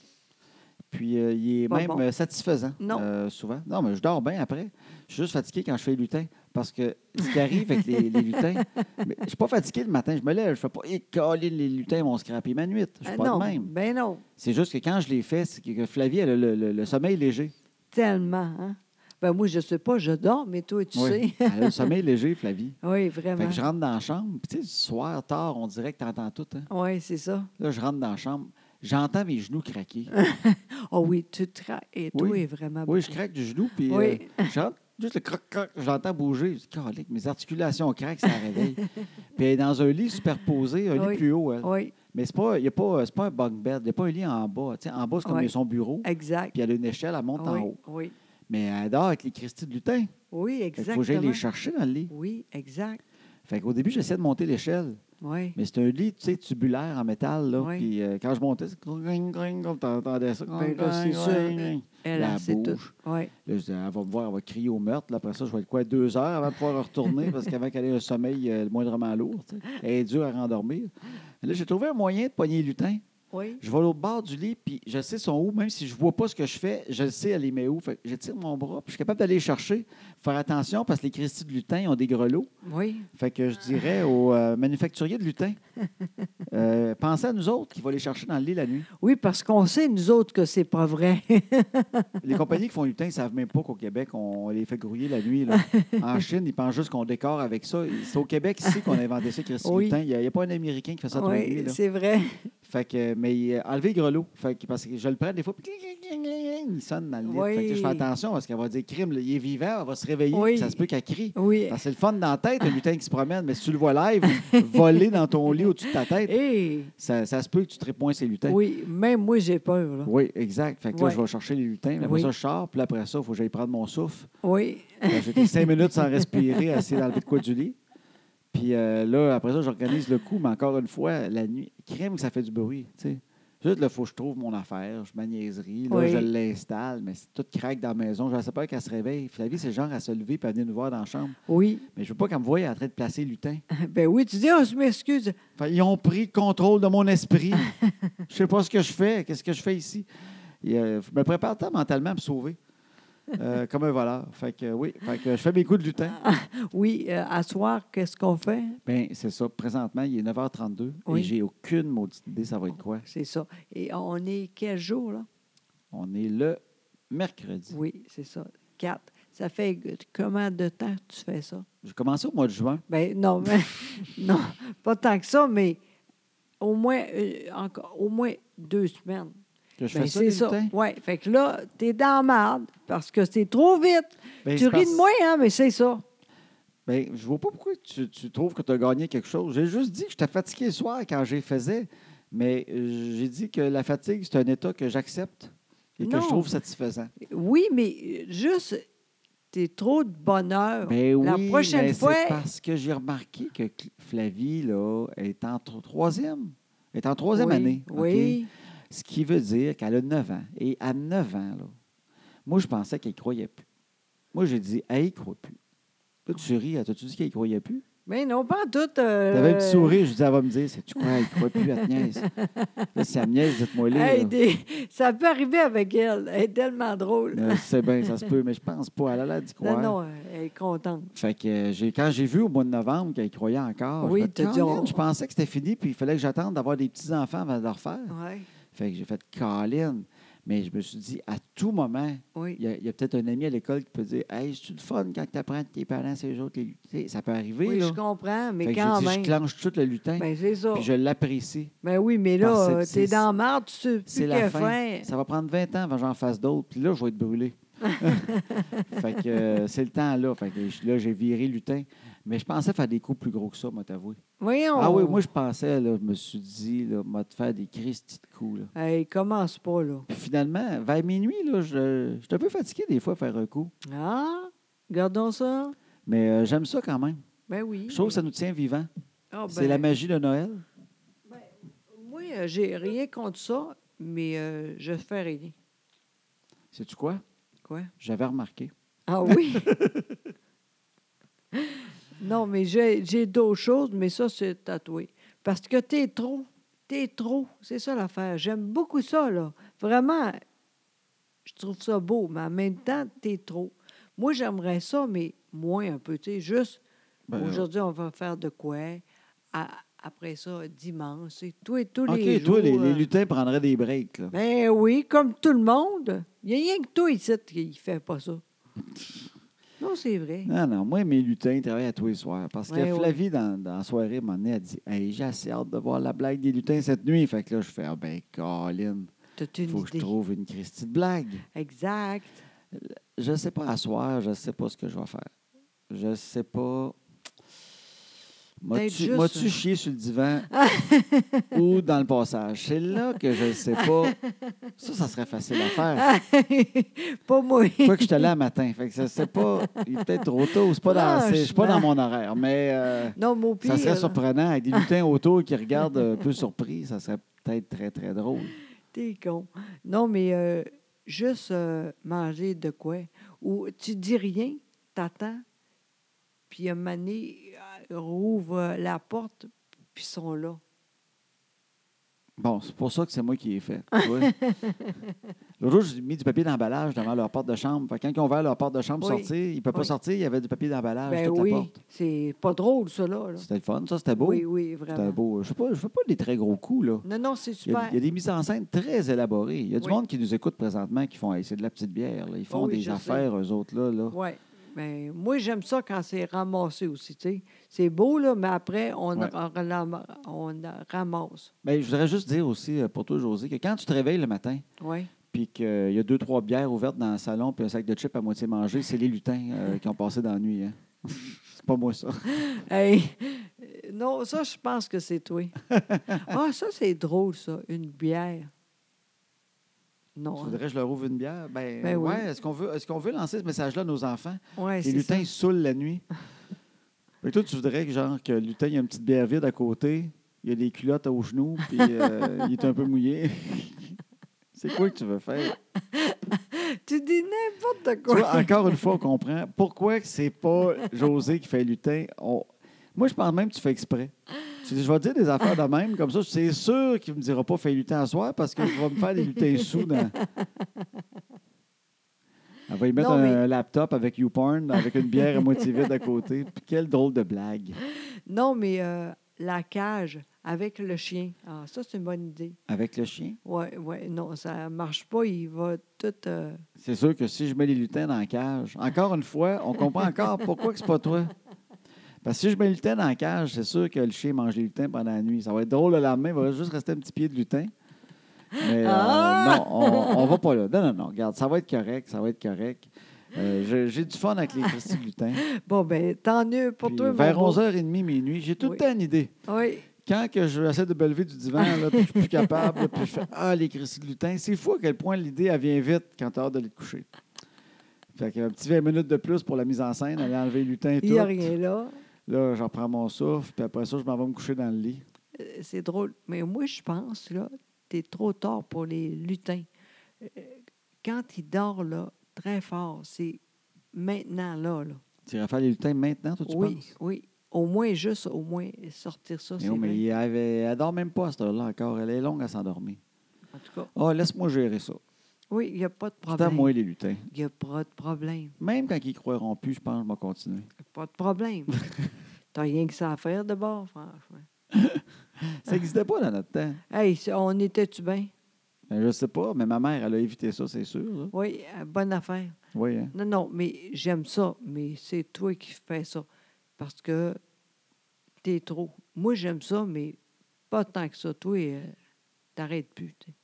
Speaker 1: Puis euh, il est
Speaker 2: Pas
Speaker 1: même
Speaker 2: bon.
Speaker 1: euh, satisfaisant,
Speaker 2: Non.
Speaker 1: euh, souvent. Non, mais je dors bien après. Je suis juste fatigué quand je fais les lutins. Parce que ce qui arrive avec les, les lutins, mais je suis pas fatigué le matin. Je me lève, je fais pas « écoler les lutins vont scraper ma nuit ». Je suis
Speaker 2: Ben
Speaker 1: pas
Speaker 2: non,
Speaker 1: de même.
Speaker 2: ben non,
Speaker 1: C'est juste que quand je les fais, c'est que que Flavie, elle a le, le- le sommeil léger.
Speaker 2: tellement. Hein? Ben moi, je sais pas, je dors, mais toi, tu
Speaker 1: Oui.
Speaker 2: sais.
Speaker 1: Elle a le sommeil léger, Flavie.
Speaker 2: Oui,
Speaker 1: Fait
Speaker 2: vraiment.
Speaker 1: que je rentre dans la chambre. Puis tu sais, le soir, tard, on dirait que tu entends tout. hein.
Speaker 2: Oui, c'est ça.
Speaker 1: Là, je rentre dans la chambre. J'entends mes genoux craquer.
Speaker 2: Ah oui, tu travailles. Et toi,
Speaker 1: Mm. Oui.
Speaker 2: est vraiment
Speaker 1: Oui, je
Speaker 2: bon.
Speaker 1: craque du genou, puis
Speaker 2: Ah, ben Oui.
Speaker 1: euh, j'entends juste le croc-croc, j'entends bouger. Je dis, Calique, mes articulations craquent, ça réveille. puis elle est dans un lit superposé, un
Speaker 2: Oui.
Speaker 1: lit plus haut. elle.
Speaker 2: Oui,
Speaker 1: Mais ce n'est pas, il y a pas, c'est pas un bunk bed, il n'y a pas un lit en bas. Tu sais, en bas, c'est comme
Speaker 2: Oui.
Speaker 1: son bureau,
Speaker 2: exact.
Speaker 1: puis elle a une échelle, elle monte en
Speaker 2: oui,
Speaker 1: haut.
Speaker 2: oui,
Speaker 1: Mais elle dort avec les Christy de lutin.
Speaker 2: oui,
Speaker 1: Il faut que j'aille
Speaker 2: exactement.
Speaker 1: les chercher dans le lit.
Speaker 2: Oui, exact.
Speaker 1: Fait qu'au début, j'essayais de monter l'échelle.
Speaker 2: Oui.
Speaker 1: Mais c'est un lit, tu sais, tubulaire en métal, là.
Speaker 2: Oui.
Speaker 1: Puis euh, quand je montais, c'est gring, gring, comme t'entendais ça.
Speaker 2: Ben là, c'est
Speaker 1: gring,
Speaker 2: sûr.
Speaker 1: gring, gring.
Speaker 2: Elle,
Speaker 1: La
Speaker 2: a c'est tout.
Speaker 1: bouche.
Speaker 2: Oui,
Speaker 1: Là, je disais, elle va me voir, elle va crier au meurtre. Là, après ça, je vais être quoi, deux heures avant de pouvoir retourner parce qu'avant qu'elle ait un sommeil euh, moindrement lourd, tu sais, elle est dure à rendormir. Mais là, j'ai trouvé un moyen de pogner les lutins.
Speaker 2: oui.
Speaker 1: Je vais au bord du lit, puis je sais son où, même si je vois pas ce que je fais, je le sais, elle les met où. Fait que j'étire mon bras, puis je suis capable d'aller les chercher. Faut Faire attention parce que les Christie de lutin ont des grelots.
Speaker 2: Oui,
Speaker 1: Fait que je dirais aux euh, manufacturiers de lutin, euh, pensez à nous autres qui vont les chercher dans le lit la nuit.
Speaker 2: oui parce qu'on sait, nous autres, que c'est pas vrai.
Speaker 1: Les compagnies qui font lutin, ils ne savent même pas qu'au Québec, on les fait grouiller la nuit. là. En Chine, ils pensent juste qu'on décore avec ça. C'est au Québec ici qu'on a inventé ça, Christy
Speaker 2: Oui.
Speaker 1: Lutin. Il n'y a, il y a pas un Américain qui fait ça tous les nuits.
Speaker 2: oui,
Speaker 1: là.
Speaker 2: c'est vrai.
Speaker 1: Fait que, mais il a enlevé le grelot. Fait que, parce que je le prends des fois, puis cling, cling, cling, cling, il sonne dans le lit.
Speaker 2: Oui.
Speaker 1: Fait que, je fais attention parce qu'elle va dire crime, là, il est vivant, elle va se réveiller,
Speaker 2: Oui.
Speaker 1: puis ça se peut qu'elle crie.
Speaker 2: Oui.
Speaker 1: Parce que c'est le fun dans la tête, un lutin qui se promène, mais si tu le vois live, voler dans ton lit au-dessus de ta tête,
Speaker 2: Hey!
Speaker 1: ça, ça se peut que tu te réponds ces lutins.
Speaker 2: Oui, même moi, j'ai peur. Là.
Speaker 1: Oui, exact. Fait que là,
Speaker 2: Ouais.
Speaker 1: je vais chercher les lutins. Après
Speaker 2: Oui.
Speaker 1: ça, je sors. Puis là, après ça, il faut que j'aille prendre mon souffle.
Speaker 2: Oui.
Speaker 1: Fait que J'étais cinq minutes sans respirer, assis dans le de quoi du lit. Puis euh, là, après ça, j'organise le coup. Mais encore une fois, la nuit, crime, que ça fait du bruit. tu sais. Juste, là, faut que je trouve mon affaire, je ma niaiserie, là,
Speaker 2: Oui.
Speaker 1: je l'installe, mais c'est tout craque dans la maison. J'ai assez peur qu'elle se réveille. Flavie, c'est genre à se lever et à venir nous voir dans la chambre.
Speaker 2: Oui.
Speaker 1: Mais je veux pas qu'elle me voie en train de placer lutin.
Speaker 2: Ben oui, tu dis, oh, je m'excuse.
Speaker 1: Fait, ils ont pris contrôle de mon esprit. Je sais pas ce que je fais. Qu'est-ce que je fais ici? Et, euh, je me prépare tant mentalement à me sauver. Euh, comme un voleur. Fait que, euh, oui, Fait que, euh, je fais mes coups de lutin.
Speaker 2: Oui, euh, à soir, qu'est-ce qu'on fait?
Speaker 1: Bien, Ben, c'est ça. Présentement, il est 9h32 et
Speaker 2: Oui.
Speaker 1: j'ai aucune maudite idée ça va être quoi.
Speaker 2: C'est ça. Et on est quel jour, là?
Speaker 1: On est le mercredi.
Speaker 2: Oui, c'est ça. Quatre. Ça fait combien de temps que tu fais ça?
Speaker 1: J'ai commencé au mois de juin.
Speaker 2: Ben non, mais, non, pas tant que ça, mais au moins, euh, encore, au moins deux semaines.
Speaker 1: Que je
Speaker 2: Ben,
Speaker 1: fais ça,
Speaker 2: c'est
Speaker 1: les
Speaker 2: ça.
Speaker 1: lutins.
Speaker 2: Oui. Fait que là, t'es dans la marde parce que c'est trop vite.
Speaker 1: Ben, c'est
Speaker 2: tu ris
Speaker 1: parce-
Speaker 2: de moi, hein, mais c'est ça.
Speaker 1: Ben, je vois pas pourquoi tu, tu trouves que tu as gagné quelque chose. J'ai juste dit que j'étais fatigué le soir quand je les faisais, mais euh, j'ai dit que la fatigue, c'est un état que j'accepte et que
Speaker 2: Non.
Speaker 1: je trouve satisfaisant.
Speaker 2: Oui, mais euh, juste, t'es trop de bonheur.
Speaker 1: Ben oui,
Speaker 2: La prochaine
Speaker 1: mais
Speaker 2: fois-
Speaker 1: c'est parce que j'ai remarqué que Cl- Flavie, là, est en tro- troisième. est en troisième
Speaker 2: Oui,
Speaker 1: année. OK?
Speaker 2: Oui.
Speaker 1: Ce qui veut dire qu'elle a 9 ans. Et à 9 ans, là, moi, je pensais qu'elle ne croyait plus. Moi, j'ai dit, elle y croit plus. Là, tu ris, elle t'as-tu dit qu'elle ne croyait plus?
Speaker 2: Mais non, pas en tout. euh,
Speaker 1: Tu avais un petit sourire, je dis, elle va me dire, c'est-tu quoi, elle ne croit plus, elle te niaise. Là, si elle me niaise, dites-moi là.
Speaker 2: Hey, des- Ça peut arriver avec elle. Elle est tellement drôle.
Speaker 1: Euh, C'est bien, ça se peut, mais je pense pas. Elle a l'air d'y
Speaker 2: Non,
Speaker 1: croire.
Speaker 2: non, elle est contente.
Speaker 1: Fait que euh, j'ai, quand j'ai vu au mois de novembre qu'elle croyait encore,
Speaker 2: Oui,
Speaker 1: je, me dis,
Speaker 2: t'as dit,
Speaker 1: Colin,
Speaker 2: on-
Speaker 1: je pensais que c'était fini, puis il fallait que j'attende d'avoir des petits-enfants avant de le refaire.
Speaker 2: Oui,
Speaker 1: Fait que j'ai fait Colin. Mais je me suis dit, à tout moment, il
Speaker 2: oui.
Speaker 1: y a, il y a peut-être un ami à l'école qui peut dire Hey, c'est-tu le fun quand tu apprends de tes parents, c'est les autres les lutins? Ça peut arriver.
Speaker 2: Oui,
Speaker 1: là.
Speaker 2: je comprends, mais
Speaker 1: Fait que j'ai
Speaker 2: quand
Speaker 1: dit,
Speaker 2: même.
Speaker 1: je clenche tout le lutin,
Speaker 2: Ben, c'est ça.
Speaker 1: puis je l'apprécie.
Speaker 2: Ben oui, mais là,
Speaker 1: Parce que
Speaker 2: euh,
Speaker 1: c'est-
Speaker 2: t'es
Speaker 1: c'est-
Speaker 2: dans la marde, tu sais plus
Speaker 1: C'est la
Speaker 2: que
Speaker 1: fin.
Speaker 2: faire.
Speaker 1: Ça va prendre 20 ans avant que j'en fasse d'autres, puis là, je vais être brûlé. fait que euh, c'est le temps là. Fait que je- là, j'ai viré lutin. Mais je pensais faire des coups plus gros que ça, moi, t'avouer.
Speaker 2: Voyons.
Speaker 1: Ah oui, moi, je pensais, là, je me suis dit, là, m'a te faire des cristis de coups. Là.
Speaker 2: Hey, commence pas, là.
Speaker 1: Puis finalement, vers minuit, là, je, je suis un peu fatigué des fois à faire un coup.
Speaker 2: Ah, gardons ça.
Speaker 1: Mais euh, j'aime ça quand même.
Speaker 2: Ben oui.
Speaker 1: Je trouve que ça nous tient vivants.
Speaker 2: Ah,
Speaker 1: C'est
Speaker 2: ben,
Speaker 1: la magie de Noël.
Speaker 2: Moi, euh, j'ai rien contre ça, mais euh, je fais rien.
Speaker 1: Sais-tu quoi?
Speaker 2: Quoi?
Speaker 1: J'avais remarqué.
Speaker 2: Ah oui? non, mais j'ai j'ai d'autres choses, mais ça, c'est tatoué. Parce que t'es trop. T'es trop. C'est ça l'affaire. J'aime beaucoup ça, là. Vraiment, je trouve ça beau, mais en même temps, t'es trop. Moi, j'aimerais ça, mais moins un peu. Tu sais, juste
Speaker 1: Ben,
Speaker 2: aujourd'hui, on va faire de quoi? À- après ça, dimanche. C'est tous et tous
Speaker 1: OK,
Speaker 2: les jours.
Speaker 1: toi, les, les
Speaker 2: euh,
Speaker 1: lutins prendraient des breaks. Là.
Speaker 2: ben oui, comme tout le monde. Il n'y a rien que toi ici qui ne fait pas ça. Non, c'est vrai.
Speaker 1: Non, non, moi, mes lutins, ils travaillent à tous les soirs. Parce que
Speaker 2: Ouais, ouais.
Speaker 1: Flavie, dans, dans la soirée, m'a donné, elle dit Hey, j'ai assez hâte de voir la blague des lutins cette nuit. Fait que là, je fais Ah ben, Colin,
Speaker 2: T'as-tu une
Speaker 1: faut que
Speaker 2: idée?
Speaker 1: je trouve une Christie de blague.
Speaker 2: Exact.
Speaker 1: Je sais pas à soir, je sais pas ce que je vais faire. Je sais pas.
Speaker 2: Peut-être
Speaker 1: M'as-tu
Speaker 2: juste-
Speaker 1: m'as-tu chié sur le divan ou dans le passage? C'est là que je ne sais pas. Ça, ça serait facile à faire.
Speaker 2: pas moi.
Speaker 1: Quoi que je te là matin. Fait que ça, c'est pas. Il est peut-être trop tôt. C'est pas dans, c'est- je suis pas dans mon horaire. Mais euh,
Speaker 2: Non, mon pire.
Speaker 1: ça serait surprenant. Avec des lutins autour qui regardent euh, un peu surpris, ça serait peut-être très, très drôle.
Speaker 2: T'es con. Non, mais euh, juste euh, manger de quoi? Ou tu dis rien, t'attends, puis un moment donné, euh, rouvre euh, la porte, puis ils sont là.
Speaker 1: Bon, c'est pour ça que c'est moi qui ai fait. tu vois. L'autre jour, j'ai mis du papier d'emballage devant leur porte de chambre. Fait que quand ils ont ouvert leur porte de chambre pour
Speaker 2: Oui.
Speaker 1: sortir, ils ne peuvent pas
Speaker 2: Oui.
Speaker 1: sortir, il y avait du papier d'emballage
Speaker 2: ben
Speaker 1: toute la
Speaker 2: oui,
Speaker 1: porte.
Speaker 2: c'est pas drôle, ça, là. là.
Speaker 1: C'était le fun, ça, c'était beau.
Speaker 2: Oui, oui,
Speaker 1: c'était
Speaker 2: vraiment.
Speaker 1: beau. Je ne fais, pas des très gros coups, là.
Speaker 2: Non, non, c'est
Speaker 1: Il y, a,
Speaker 2: super.
Speaker 1: il y a des mises en scène très élaborées. Il y a du
Speaker 2: Oui. Oh
Speaker 1: monde qui nous écoute présentement qui font Hey, c'est de la petite bière. là. Ils font
Speaker 2: oui,
Speaker 1: des
Speaker 2: je sais.
Speaker 1: affaires, eux autres, là. là.
Speaker 2: Ouais. Mais moi, j'aime ça quand c'est ramassé aussi, tu sais. C'est beau, là, mais après, on,
Speaker 1: Ouais.
Speaker 2: ram- on ramasse.
Speaker 1: Ben, je voudrais juste dire aussi euh, pour toi, José, que quand tu te réveilles le matin,
Speaker 2: Oui.
Speaker 1: puis qu'il y a deux, trois bières ouvertes dans le salon, puis un sac de chips à moitié mangé, c'est les lutins euh, qui ont passé dans la nuit. hein. c'est pas moi, ça.
Speaker 2: Ah Hey, euh, Non, ça, je pense que c'est toi. ah, ça, c'est drôle, ça, une bière.
Speaker 1: Tu
Speaker 2: Non. hein?
Speaker 1: voudrais que je leur ouvre une bière? Ben,
Speaker 2: Ben oui.
Speaker 1: ouais, est-ce qu'on veut, est qu'on veut lancer ce message-là à nos enfants?
Speaker 2: hein. Ouais,
Speaker 1: les
Speaker 2: c'est
Speaker 1: lutins ils saoulent la nuit. Et toi, tu voudrais que, genre, que le lutin, il y a une petite bière vide à côté, il y a des culottes aux genoux, puis euh, il est un peu mouillé. c'est quoi que tu veux faire?
Speaker 2: ça. Tu dis n'importe
Speaker 1: Tu
Speaker 2: quoi.
Speaker 1: vois, hein? encore une fois, on comprend pourquoi que c'est pas José qui fait lutin. On- Moi, je pense même que tu fais exprès. Tu dis, je vais te dire des affaires de même, comme ça, c'est sûr qu'il me dira pas fais lutin à soir parce qu'il va me faire des lutins sous. dans- Elle va y mettre
Speaker 2: Non,
Speaker 1: un
Speaker 2: mais-
Speaker 1: un laptop avec YouPorn, avec une bière à moitié vide à côté. Puis quelle drôle de blague.
Speaker 2: Non, mais euh, la cage avec le chien. Ah, ça, c'est une bonne idée.
Speaker 1: Avec le chien.
Speaker 2: Oui, oui, non, ça marche pas. Il va tout. euh,
Speaker 1: C'est sûr que si je mets les lutins dans la cage, encore une fois, on comprend encore pourquoi que c'est pas toi. Parce que si je mets le lutin dans la cage, c'est sûr que le chien mange les lutins pendant la nuit. Ça va être drôle le lendemain, il va juste rester un petit pied de lutin. Mais euh,
Speaker 2: Ah!
Speaker 1: non, on, on va pas là. Non, non, non, regarde, ça va être correct, ça va être correct. Euh, je- J'ai du fun avec les petits lutins.
Speaker 2: Bon, ben, tant mieux pour
Speaker 1: Puis
Speaker 2: toi, mon
Speaker 1: vers
Speaker 2: beau.
Speaker 1: 11h30, minuit, j'ai tout le
Speaker 2: Oui.
Speaker 1: temps une idée.
Speaker 2: Oui.
Speaker 1: Quand que je essaie de me lever du divan, là, puis je suis plus capable, là, puis je fais Ah, les cris de lutin, c'est fou à quel point l'idée, elle vient vite quand tu as hâte de te coucher. Fait que, un petit 20 minutes de plus pour la mise en scène, aller enlever le lutin et
Speaker 2: Il n'y a
Speaker 1: tout.
Speaker 2: rien là.
Speaker 1: Là, j'en prends mon souffle, puis après ça, je m'en vais me coucher dans le lit.
Speaker 2: Euh, C'est drôle. Mais moi, je pense, là, tu es trop tard pour les lutins. Euh, Quand ils dorment, là, très fort, c'est maintenant, là. là.
Speaker 1: Tu irais faire les lutins maintenant, toi, tu
Speaker 2: oui,
Speaker 1: penses?
Speaker 2: oui. Au moins, juste, au moins, sortir ça,
Speaker 1: Mais,
Speaker 2: c'est
Speaker 1: oh, mais
Speaker 2: vrai.
Speaker 1: il avait- elle dort même pas à cette heure-là encore. Elle est longue à s'endormir.
Speaker 2: En tout cas,
Speaker 1: Ah, laisse-moi gérer ça.
Speaker 2: oui, il n'y a pas de
Speaker 1: C'est à
Speaker 2: problème.
Speaker 1: moi, les lutins.
Speaker 2: Il n'y a pas de problème.
Speaker 1: Même quand ils croiront plus, je pense que je vais continuer.
Speaker 2: Pas de problème. T'as rien que ça à faire de bord, franchement.
Speaker 1: Ça n'existait pas dans notre temps.
Speaker 2: Hey, ça- on était-tu bien?
Speaker 1: Ben, je sais pas, mais ma mère, elle a évité ça, c'est sûr. là.
Speaker 2: Oui, euh, bonne affaire.
Speaker 1: Oui, hein?
Speaker 2: Non, non, mais j'aime ça, mais c'est toi qui fais ça. Parce que t'es trop. Moi, j'aime ça, mais pas tant que ça. Toi, euh, t'arrêtes plus. tu sais.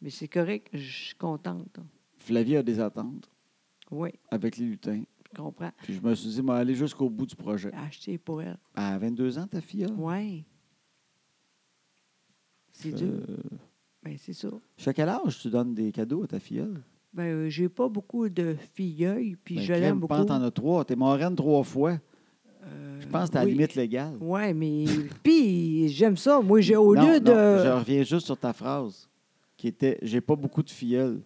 Speaker 2: Mais c'est correct, je suis contente.
Speaker 1: Flavie a des attentes
Speaker 2: Oui,
Speaker 1: avec les lutins.
Speaker 2: je comprends.
Speaker 1: Puis je me suis dit, moi, aller jusqu'au bout du projet.
Speaker 2: Acheter pour elle.
Speaker 1: À 22 ans, ta fille, là?
Speaker 2: Oui. C'est dur.
Speaker 1: Euh,
Speaker 2: Ben, c'est ça.
Speaker 1: Jusqu'à quel âge tu donnes des cadeaux à ta filleule?
Speaker 2: Ben, euh, j'ai pas beaucoup de filleuils, puis
Speaker 1: Ben,
Speaker 2: je
Speaker 1: crème,
Speaker 2: l'aime
Speaker 1: Je pense
Speaker 2: beaucoup.
Speaker 1: que t'en as trois. T'es marraine trois fois. Je pense que t'es à la limite légale.
Speaker 2: Oui, mais puis j'aime ça. Moi, j'ai au
Speaker 1: Non,
Speaker 2: lieu
Speaker 1: non,
Speaker 2: de.
Speaker 1: Je reviens juste sur ta phrase qui était J'ai pas beaucoup de filleuls.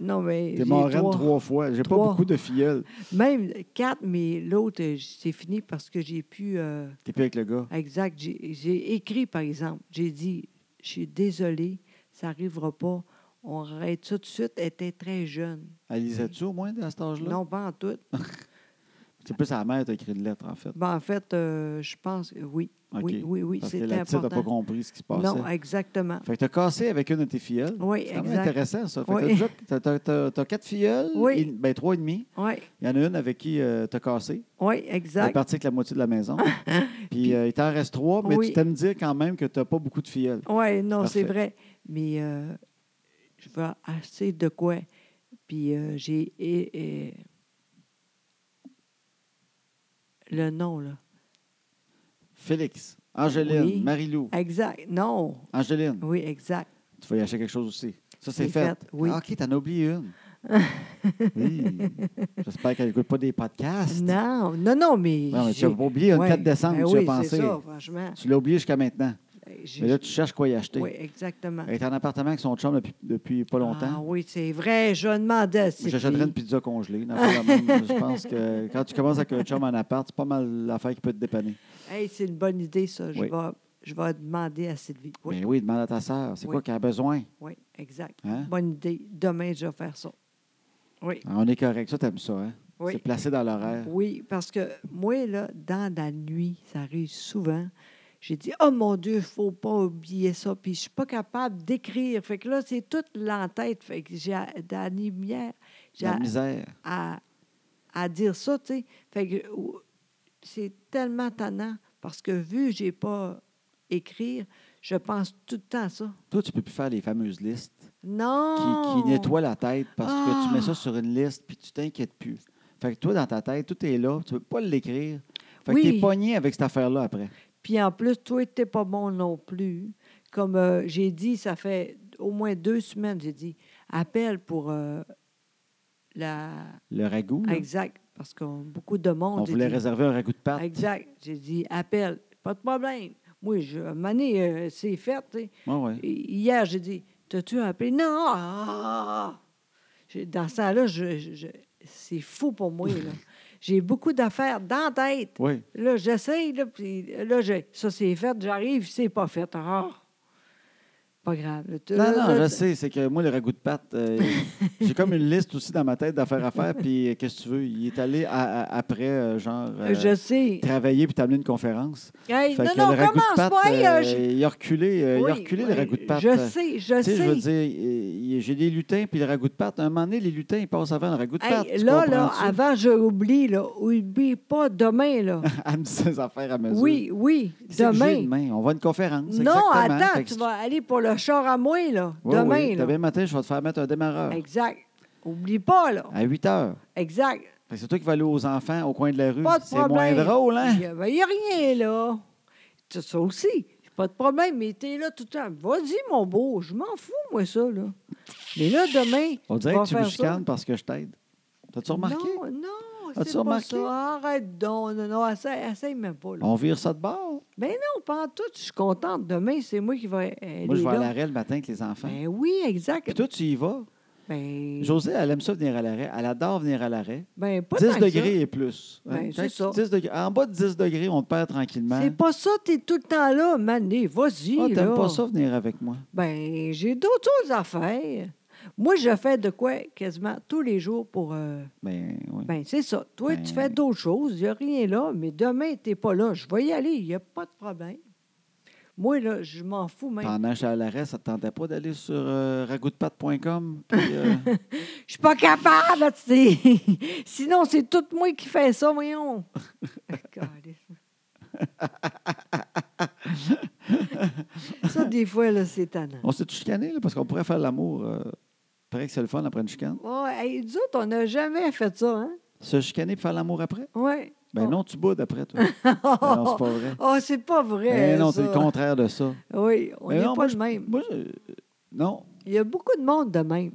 Speaker 2: Non, mais.
Speaker 1: T'es
Speaker 2: j'ai
Speaker 1: marraine
Speaker 2: trois.
Speaker 1: trois. fois. J'ai pas
Speaker 2: Trois.
Speaker 1: beaucoup de filleuls.
Speaker 2: Même quatre, mais l'autre, euh, j- c'est fini parce que j'ai pu. euh,
Speaker 1: T'es plus avec le gars.
Speaker 2: exact. J'ai j'ai écrit, par exemple. J'ai dit Je suis désolée, ça n'arrivera pas. On arrête ça tout de suite. Elle était très jeune.
Speaker 1: Elle lisait-tu au moins à cet âge-là?
Speaker 2: Non, pas en tout.
Speaker 1: C'est plus sa mère qui a écrit de lettres, en fait.
Speaker 2: Ben, en fait, euh, je pense. Oui.
Speaker 1: OK.
Speaker 2: Oui, oui, oui.
Speaker 1: Parce que
Speaker 2: C'était
Speaker 1: la petite n'a pas
Speaker 2: important.
Speaker 1: compris ce qui se passait.
Speaker 2: non, exactement.
Speaker 1: Fait que t'as cassé avec une de tes filleules.
Speaker 2: Oui,
Speaker 1: C'est quand même
Speaker 2: exact.
Speaker 1: Ah, intéressant, ça. Fait que
Speaker 2: Oui.
Speaker 1: t'as déjà- t'as- t'as- t'as- t'as quatre filleules,
Speaker 2: Oui.
Speaker 1: et- ben trois et demi.
Speaker 2: Oui,
Speaker 1: Il y en a une avec qui euh, t'as cassé.
Speaker 2: oui,
Speaker 1: Elle est
Speaker 2: exact.
Speaker 1: partie avec la moitié de la maison. Puis euh, il t'en reste trois, mais
Speaker 2: Oui.
Speaker 1: tu t'aimes dire quand même que t'as pas beaucoup de filleules.
Speaker 2: Oui, non,
Speaker 1: Parfait.
Speaker 2: c'est vrai. Mais euh, je vais acheter de quoi. Puis euh, j'ai. et- et- Le nom, là.
Speaker 1: Félix, Angéline,
Speaker 2: Oui.
Speaker 1: Marie-Lou,
Speaker 2: Exact. Non.
Speaker 1: Angéline,
Speaker 2: Oui, exact.
Speaker 1: tu vas y acheter quelque chose aussi. Ça, c'est
Speaker 2: C'est
Speaker 1: fait.
Speaker 2: fait, oui.
Speaker 1: Ah, OK, t'en as oublié une. oui. J'espère qu'elle n'écoute pas des podcasts.
Speaker 2: Non, non, non, mais.
Speaker 1: Non, mais tu
Speaker 2: j'ai-
Speaker 1: n'as pas oublié une
Speaker 2: Ouais.
Speaker 1: 4 décembre,
Speaker 2: Ben
Speaker 1: tu
Speaker 2: oui,
Speaker 1: as pensé.
Speaker 2: C'est ça, franchement.
Speaker 1: Tu l'as oublié jusqu'à maintenant.
Speaker 2: J'ai-
Speaker 1: Mais là, tu cherches quoi y acheter.
Speaker 2: Oui, exactement.
Speaker 1: Elle est en appartement avec son chum depuis, depuis pas
Speaker 2: Ah
Speaker 1: longtemps.
Speaker 2: oui, c'est vrai, je demandais à cette
Speaker 1: J'achèterais une
Speaker 2: fille.
Speaker 1: pizza congelée. une affaire de même. je pense que quand tu commences avec un chum en appart, c'est pas mal l'affaire qui peut te dépanner.
Speaker 2: Hey, c'est une bonne idée, ça. Je,
Speaker 1: Oui.
Speaker 2: vais, je vais demander à Sylvie. Oui,
Speaker 1: Mais oui, demande à ta sœur. C'est
Speaker 2: Oui.
Speaker 1: quoi qu'elle a besoin?
Speaker 2: oui, exact.
Speaker 1: Hein?
Speaker 2: Bonne idée. Demain, je vais faire ça. Oui.
Speaker 1: Ah, On est correct. Ça, t'aimes ça, hein?
Speaker 2: Oui.
Speaker 1: C'est placé dans l'horaire.
Speaker 2: Oui, parce que moi, là, dans la nuit, ça arrive souvent. J'ai dit, oh mon Dieu, il faut pas oublier ça. Puis je suis pas capable d'écrire. Fait que là, c'est toute l'entête. Fait que j'ai à- de la lumière. J'ai
Speaker 1: La
Speaker 2: à,
Speaker 1: misère.
Speaker 2: à- à dire ça, tu sais. Fait que ou- c'est tellement tannant parce que vu que j'ai pas écrire, je pense tout le temps à ça.
Speaker 1: Toi, tu peux plus faire les fameuses listes
Speaker 2: Non!
Speaker 1: qui, qui nettoient la tête parce que
Speaker 2: Ah!
Speaker 1: tu mets ça sur une liste puis tu t'inquiètes plus. Fait que toi, dans ta tête, tout est là. Tu peux pas l'écrire. Fait
Speaker 2: Oui.
Speaker 1: que t'es pogné avec cette affaire-là après.
Speaker 2: Puis en plus, toi, t'es pas bon non plus. Comme euh, j'ai dit, ça fait au moins deux semaines, j'ai dit, appelle pour euh, la...
Speaker 1: Le ragoût, là,
Speaker 2: Exact, parce que beaucoup de monde...
Speaker 1: on
Speaker 2: j'ai
Speaker 1: voulait
Speaker 2: dit-
Speaker 1: réserver un ragoût de pâte.
Speaker 2: Exact. J'ai dit, appelle, pas de problème. Moi, je, à un moment donné, euh, c'est fait. tu sais.
Speaker 1: Ouais, ouais.
Speaker 2: Et Hier, j'ai dit, t'as-tu appelé? Non! Ah! J'ai- Dans ce temps-là, je- je- je- c'est fou pour moi. là. J'ai beaucoup d'affaires dans la tête.
Speaker 1: Oui.
Speaker 2: Là, j'essaye, là, puis là, je- ça, c'est fait, j'arrive, c'est pas fait. Ah! Pas grave. là. Tu-
Speaker 1: Non,
Speaker 2: là,
Speaker 1: non,
Speaker 2: là,
Speaker 1: je sais. C'est que moi, le ragoût de pâte, euh, j'ai comme une liste aussi dans ma tête d'affaires à faire. Puis euh, qu'est-ce que tu veux? Il est allé à- à- après, euh, genre, euh,
Speaker 2: Je sais.
Speaker 1: travailler puis t'amener une conférence.
Speaker 2: Hey,
Speaker 1: Fait
Speaker 2: non,
Speaker 1: que
Speaker 2: non,
Speaker 1: le ragoût de
Speaker 2: commence
Speaker 1: pâte,
Speaker 2: pas. hey, euh,
Speaker 1: euh,
Speaker 2: je-
Speaker 1: il a reculé, euh, il a
Speaker 2: Oui,
Speaker 1: reculé
Speaker 2: oui,
Speaker 1: le ragoût de pâte. euh,
Speaker 2: Je sais, je
Speaker 1: Tu sais,
Speaker 2: sais.
Speaker 1: je veux dire, euh, j'ai des lutins puis le ragoût de pâte. À un moment donné, les lutins, ils passent avant le ragoût de
Speaker 2: Hey,
Speaker 1: pâte. tu
Speaker 2: là, là,
Speaker 1: comprends-tu?
Speaker 2: avant, je oublie, là. Oublie pas demain, là.
Speaker 1: Elle me dit ses affaires à mesure.
Speaker 2: oui, oui,
Speaker 1: C'est que j'ai
Speaker 2: demain.
Speaker 1: demain. On va à une conférence.
Speaker 2: Non,
Speaker 1: exactement.
Speaker 2: attends,
Speaker 1: Fait que
Speaker 2: tu
Speaker 1: si-
Speaker 2: vas aller pour le char à moi, là.
Speaker 1: Oui,
Speaker 2: demain,
Speaker 1: oui,
Speaker 2: là.
Speaker 1: Demain matin, je vais te faire mettre un démarreur
Speaker 2: Exact. Oublie pas, là.
Speaker 1: à 8 heures.
Speaker 2: Exact.
Speaker 1: Fait que c'est toi qui vas aller aux enfants au coin de la rue.
Speaker 2: Pas de
Speaker 1: C'est moins
Speaker 2: problème.
Speaker 1: drôle, hein?
Speaker 2: Il n'y a, ben, y a rien, là. Ça, ça aussi. Pas de problème, mais t'es là tout le temps. Vas-y, mon beau, je m'en fous, moi, ça, là. Mais là, demain.
Speaker 1: On dirait
Speaker 2: va
Speaker 1: que tu me
Speaker 2: faire ça.
Speaker 1: chicanes parce que je t'aide. T'as-tu remarqué?
Speaker 2: Non, non,
Speaker 1: As-tu
Speaker 2: c'est pas
Speaker 1: remarqué?
Speaker 2: ça. Arrête donc. Non, non, essaye, essaye même pas, là.
Speaker 1: On vire ça de bord.
Speaker 2: Ben non, pas en tout. Je suis contente. Demain, c'est moi qui vais aller
Speaker 1: Moi, je vais à
Speaker 2: là.
Speaker 1: l'arrêt le matin avec les enfants.
Speaker 2: Ben oui, exact.
Speaker 1: Puis toi, tu y vas.
Speaker 2: Ben,
Speaker 1: Josée, elle aime ça venir à l'arrêt. Elle adore venir à l'arrêt.
Speaker 2: ben, pas
Speaker 1: 10
Speaker 2: tant que
Speaker 1: degrés et plus. hein?
Speaker 2: Ben,
Speaker 1: Quand
Speaker 2: c'est
Speaker 1: tu-
Speaker 2: ça.
Speaker 1: 10 degrés- En bas de 10 degrés, on te perd
Speaker 2: ça.
Speaker 1: tranquillement.
Speaker 2: C'est pas ça, t'es tout le temps là, mané. Vas-y,
Speaker 1: Ah, t'aimes
Speaker 2: là.
Speaker 1: pas ça venir avec moi?
Speaker 2: Ben, j'ai d'autres choses à faire. Moi, je fais de quoi quasiment tous les jours pour... euh,
Speaker 1: Ben oui.
Speaker 2: Ben, c'est ça. Toi, tu
Speaker 1: Ben-
Speaker 2: fais d'autres choses. Il n'y a rien là, mais demain, t'es pas là. Je vais y aller. Il n'y a pas de problème. Moi, là, je m'en fous même.
Speaker 1: Pendant que je suis à l'arrêt, ça ne te tentait pas d'aller sur euh, ragoutdepatte.com? puis, euh,
Speaker 2: Je suis pas capable, tu sais. Sinon, c'est tout moi qui fais ça, voyons. Calisse. ça, des fois, là, c'est tannant.
Speaker 1: on s'est chicané là, parce qu'on pourrait faire l'amour. euh, Paraît que c'est le fun après une chicane.
Speaker 2: Ouais, hey, nous autres, on n'a jamais fait ça, hein?
Speaker 1: Se chicaner pour faire l'amour après?
Speaker 2: Ouais.
Speaker 1: Ben
Speaker 2: Oh.
Speaker 1: non, tu boudes après, toi. Ben non, c'est pas vrai.
Speaker 2: Oh, c'est pas vrai.
Speaker 1: Ben non, c'est
Speaker 2: ça.
Speaker 1: le contraire de ça.
Speaker 2: Oui, on
Speaker 1: Ben
Speaker 2: n'est
Speaker 1: non, moi,
Speaker 2: pas le même.
Speaker 1: Moi, je- non.
Speaker 2: Il y a beaucoup de monde de même.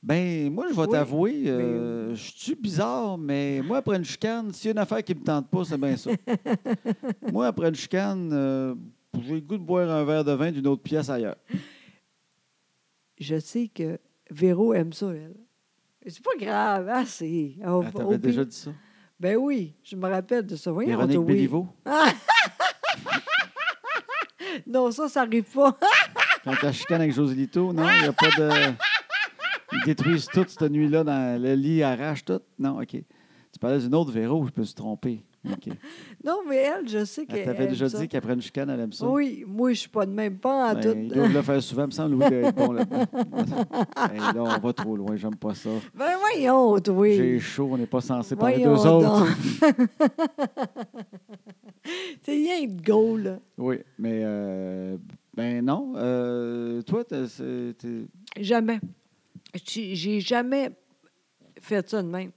Speaker 1: Ben, moi, je vais
Speaker 2: Oui, Ben
Speaker 1: t'avouer, euh, je suis bizarre, mais moi, après une chicane, s'il y a une affaire qui me tente pas, c'est bien ça. moi, après une chicane, euh, j'ai le goût de boire un verre de vin d'une autre pièce ailleurs.
Speaker 2: Je sais que Véro aime ça, elle. C'est pas grave, hein? C'est. on-
Speaker 1: Ah,
Speaker 2: au
Speaker 1: T'avais déjà
Speaker 2: pire-
Speaker 1: dit ça.
Speaker 2: Ben oui, je me rappelle de ça. Voyons,
Speaker 1: Véronique
Speaker 2: donc, oui.
Speaker 1: Béliveau,
Speaker 2: Non, ça, ça arrive pas.
Speaker 1: quand elle chicane avec José Lito, non, il n'y a pas de... Ils détruisent tout cette nuit-là, dans le lit, ils arrachent tout. Non, OK. Tu parlais d'une autre Véro, je peux se tromper. OK.
Speaker 2: Non, mais elle, je sais qu'elle.
Speaker 1: Elle t'avait
Speaker 2: aime
Speaker 1: Ah, déjà
Speaker 2: ça.
Speaker 1: dit qu'après une chicane, elle aime ça.
Speaker 2: Oui, moi, je suis pas de même, pas en
Speaker 1: Ben,
Speaker 2: tout.
Speaker 1: Ils doivent le faire souvent, il me semble, Louis, d'être bon là-dedans. Hey, là, on va trop loin, j'aime pas ça.
Speaker 2: Ben voyons, oui.
Speaker 1: J'ai chaud, on n'est pas censé parler
Speaker 2: Voyons
Speaker 1: d'eux autres.
Speaker 2: C'est rien de go, là.
Speaker 1: Oui, mais euh, ben non. euh, toi, t'as- c'est- t'es-
Speaker 2: Jamais. J'ai j'ai jamais fait ça de même.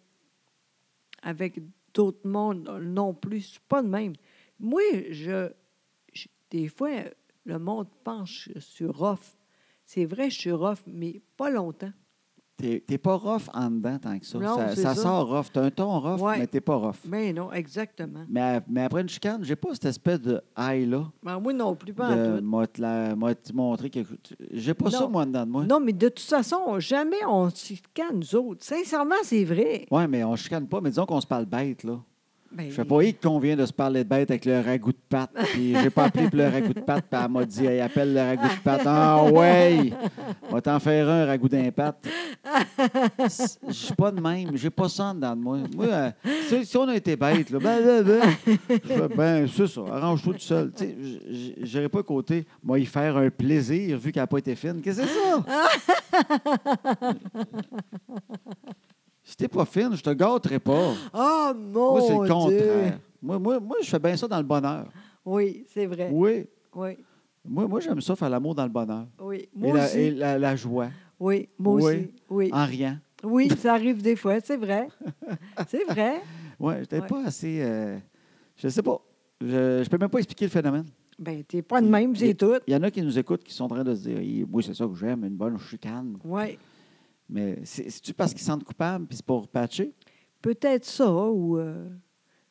Speaker 2: Avec d'autres mondes euh, non plus. Je suis pas de même. Moi, je, je- Des fois, le monde pense que je suis rough. C'est vrai, je suis rough, mais pas longtemps.
Speaker 1: t'es t'es pas rough en dedans tant que ça.
Speaker 2: Non,
Speaker 1: ça,
Speaker 2: c'est
Speaker 1: ça
Speaker 2: ça.
Speaker 1: sort rough. T'as un ton rough,
Speaker 2: Ouais.
Speaker 1: mais t'es pas rough.
Speaker 2: Mais non, exactement.
Speaker 1: Mais, à- mais après une chicane, j'ai pas cette espèce de high-là.
Speaker 2: Ben, moi non plus, pas en
Speaker 1: De
Speaker 2: tout.
Speaker 1: m'a te la- m'a te montrer quelque chose. J'ai pas
Speaker 2: Non.
Speaker 1: ça, moi, en dedans de moi.
Speaker 2: Non, mais de toute façon, jamais on se chicane, nous autres. Sincèrement, c'est vrai.
Speaker 1: Ouais, mais on chicane pas, mais disons qu'on se parle bête, là.
Speaker 2: Ben,
Speaker 1: Je sais pas, il te convient de se parler de bête avec le ragoût de pâte. Puis j'ai pas appelé pour le ragoût de pâte, puis elle m'a dit, Hey, appelle le ragoût de pâte. Ah ouais! On va t'en faire un, ragoût d'impact. C'est- Je suis pas de même, j'ai pas ça en dedans de moi. Moi, euh, si, si on a été bête, là, ben, ben, ben, je fais, ben, c'est ça, arrange-toi tout seul. Tu sais, j- j- j'irais pas côté, moi, y faire un plaisir vu qu'elle n'a pas été fine. Qu'est-ce que c'est ça? Si t'es pas fine, je te gâterai pas.
Speaker 2: Ah, mon
Speaker 1: Moi, c'est le
Speaker 2: Dieu!
Speaker 1: contraire. Moi, moi, moi, je fais bien ça dans le bonheur.
Speaker 2: Oui, c'est vrai. Oui,
Speaker 1: Oui.
Speaker 2: oui.
Speaker 1: Moi, moi j'aime ça, faire l'amour dans le bonheur.
Speaker 2: Moi
Speaker 1: et la,
Speaker 2: aussi.
Speaker 1: et la- la joie,
Speaker 2: Oui, moi
Speaker 1: Oui. Ah.
Speaker 2: aussi. Oui.
Speaker 1: en riant.
Speaker 2: oui, ça arrive des fois, c'est vrai. C'est vrai.
Speaker 1: Oui, j'étais
Speaker 2: Ouais.
Speaker 1: pas assez. euh, je sais pas. Je, je peux même pas expliquer le phénomène.
Speaker 2: Ben, t'es pas de même, c'est tout.
Speaker 1: Il y en a qui nous écoutent qui sont en train de se dire Hey, Oui, c'est ça que j'aime, une bonne chicane.
Speaker 2: Oui.
Speaker 1: Mais c'est- c'est-tu parce qu'ils se sentent coupables puis c'est pour patcher?
Speaker 2: Peut-être ça, ou. euh,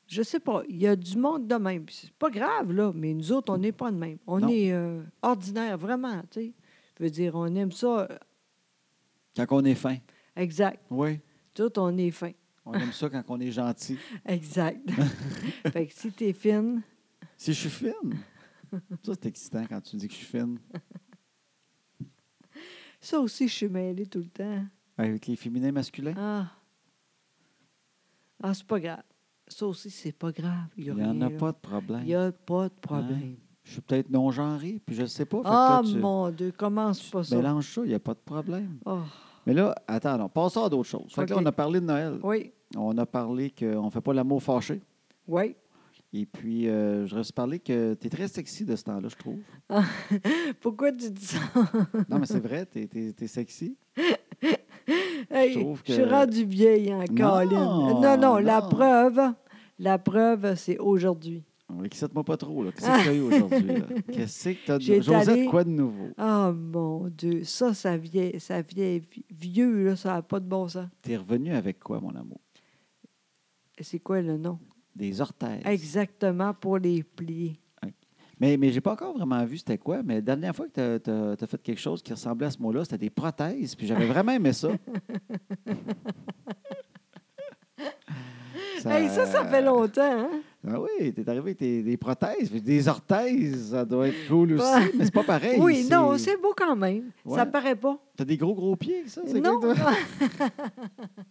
Speaker 2: je sais pas. Il y a du monde de même. Puis C'est pas grave, là, mais nous autres, on n'est pas de même. On
Speaker 1: Non.
Speaker 2: est euh, ordinaire, vraiment, tu sais. Je veux dire, on aime ça. euh,
Speaker 1: Quand on est fin.
Speaker 2: Exact.
Speaker 1: Oui.
Speaker 2: Nous autres, on est fin.
Speaker 1: On aime ça quand on est gentil.
Speaker 2: Exact. fait que si t'es fine,
Speaker 1: Si je suis fine. Ça, c'est excitant quand tu dis que je suis fine.
Speaker 2: ça aussi, je suis mêlée tout le temps.
Speaker 1: Avec les féminins masculins.
Speaker 2: Ah. Ah, c'est pas grave. Ça aussi, c'est pas grave.
Speaker 1: Il
Speaker 2: Il
Speaker 1: n'y
Speaker 2: n'y
Speaker 1: en a pas de problème.
Speaker 2: Il n'y a pas de problème.
Speaker 1: Je suis peut-être non-genré, puis je ne sais pas. Hein? Fait que
Speaker 2: Ah,
Speaker 1: là, tu
Speaker 2: mon Dieu, commence pas ça.
Speaker 1: mélanges ça, il n'y a pas de problème.
Speaker 2: Ah,
Speaker 1: Mais là, attends, on passe à d'autres choses. Fait que là,
Speaker 2: OK.
Speaker 1: on a parlé de Noël.
Speaker 2: Oui,
Speaker 1: On a parlé qu'on ne fait pas l'amour fâché.
Speaker 2: oui.
Speaker 1: Et puis, euh, je voudrais aussi parler que tu es très sexy de ce temps-là, je trouve.
Speaker 2: Pourquoi tu dis ça?
Speaker 1: Non, mais c'est vrai, tu es, sexy.
Speaker 2: Hey, je,
Speaker 1: trouve que-
Speaker 2: suis rendue vieille en Caroline. Non, non, la
Speaker 1: non.
Speaker 2: preuve, la preuve, c'est aujourd'hui.
Speaker 1: Mais Excite-moi pas trop. là. Qu'est-ce que tu as eu aujourd'hui? là? Qu'est-ce que tu as
Speaker 2: J'ai été
Speaker 1: Josette,
Speaker 2: allée-
Speaker 1: quoi de nouveau?
Speaker 2: Ah, mon Dieu, ça, ça vieille, ça vieille vieux, là, ça n'a pas de bon sens.
Speaker 1: T'es revenu avec quoi, mon amour?
Speaker 2: C'est quoi le nom?
Speaker 1: Des orthèses.
Speaker 2: Exactement pour les plier.
Speaker 1: Mais, mais j'ai pas encore vraiment vu c'était quoi, mais la dernière fois que tu as, fait quelque chose qui ressemblait à ce mot-là, c'était des prothèses, puis j'avais vraiment aimé ça.
Speaker 2: Ça, hey, ça, ça fait longtemps, hein?
Speaker 1: Ah oui, t'es arrivé avec tes- des prothèses, puis des orthèses, ça doit être cool aussi,
Speaker 2: Ouais.
Speaker 1: mais c'est pas pareil.
Speaker 2: oui, non, c'est beau quand même. Ça
Speaker 1: Ouais.
Speaker 2: paraît pas.
Speaker 1: T'as des gros gros pieds, ça? c'est
Speaker 2: Non.
Speaker 1: quoi, toi?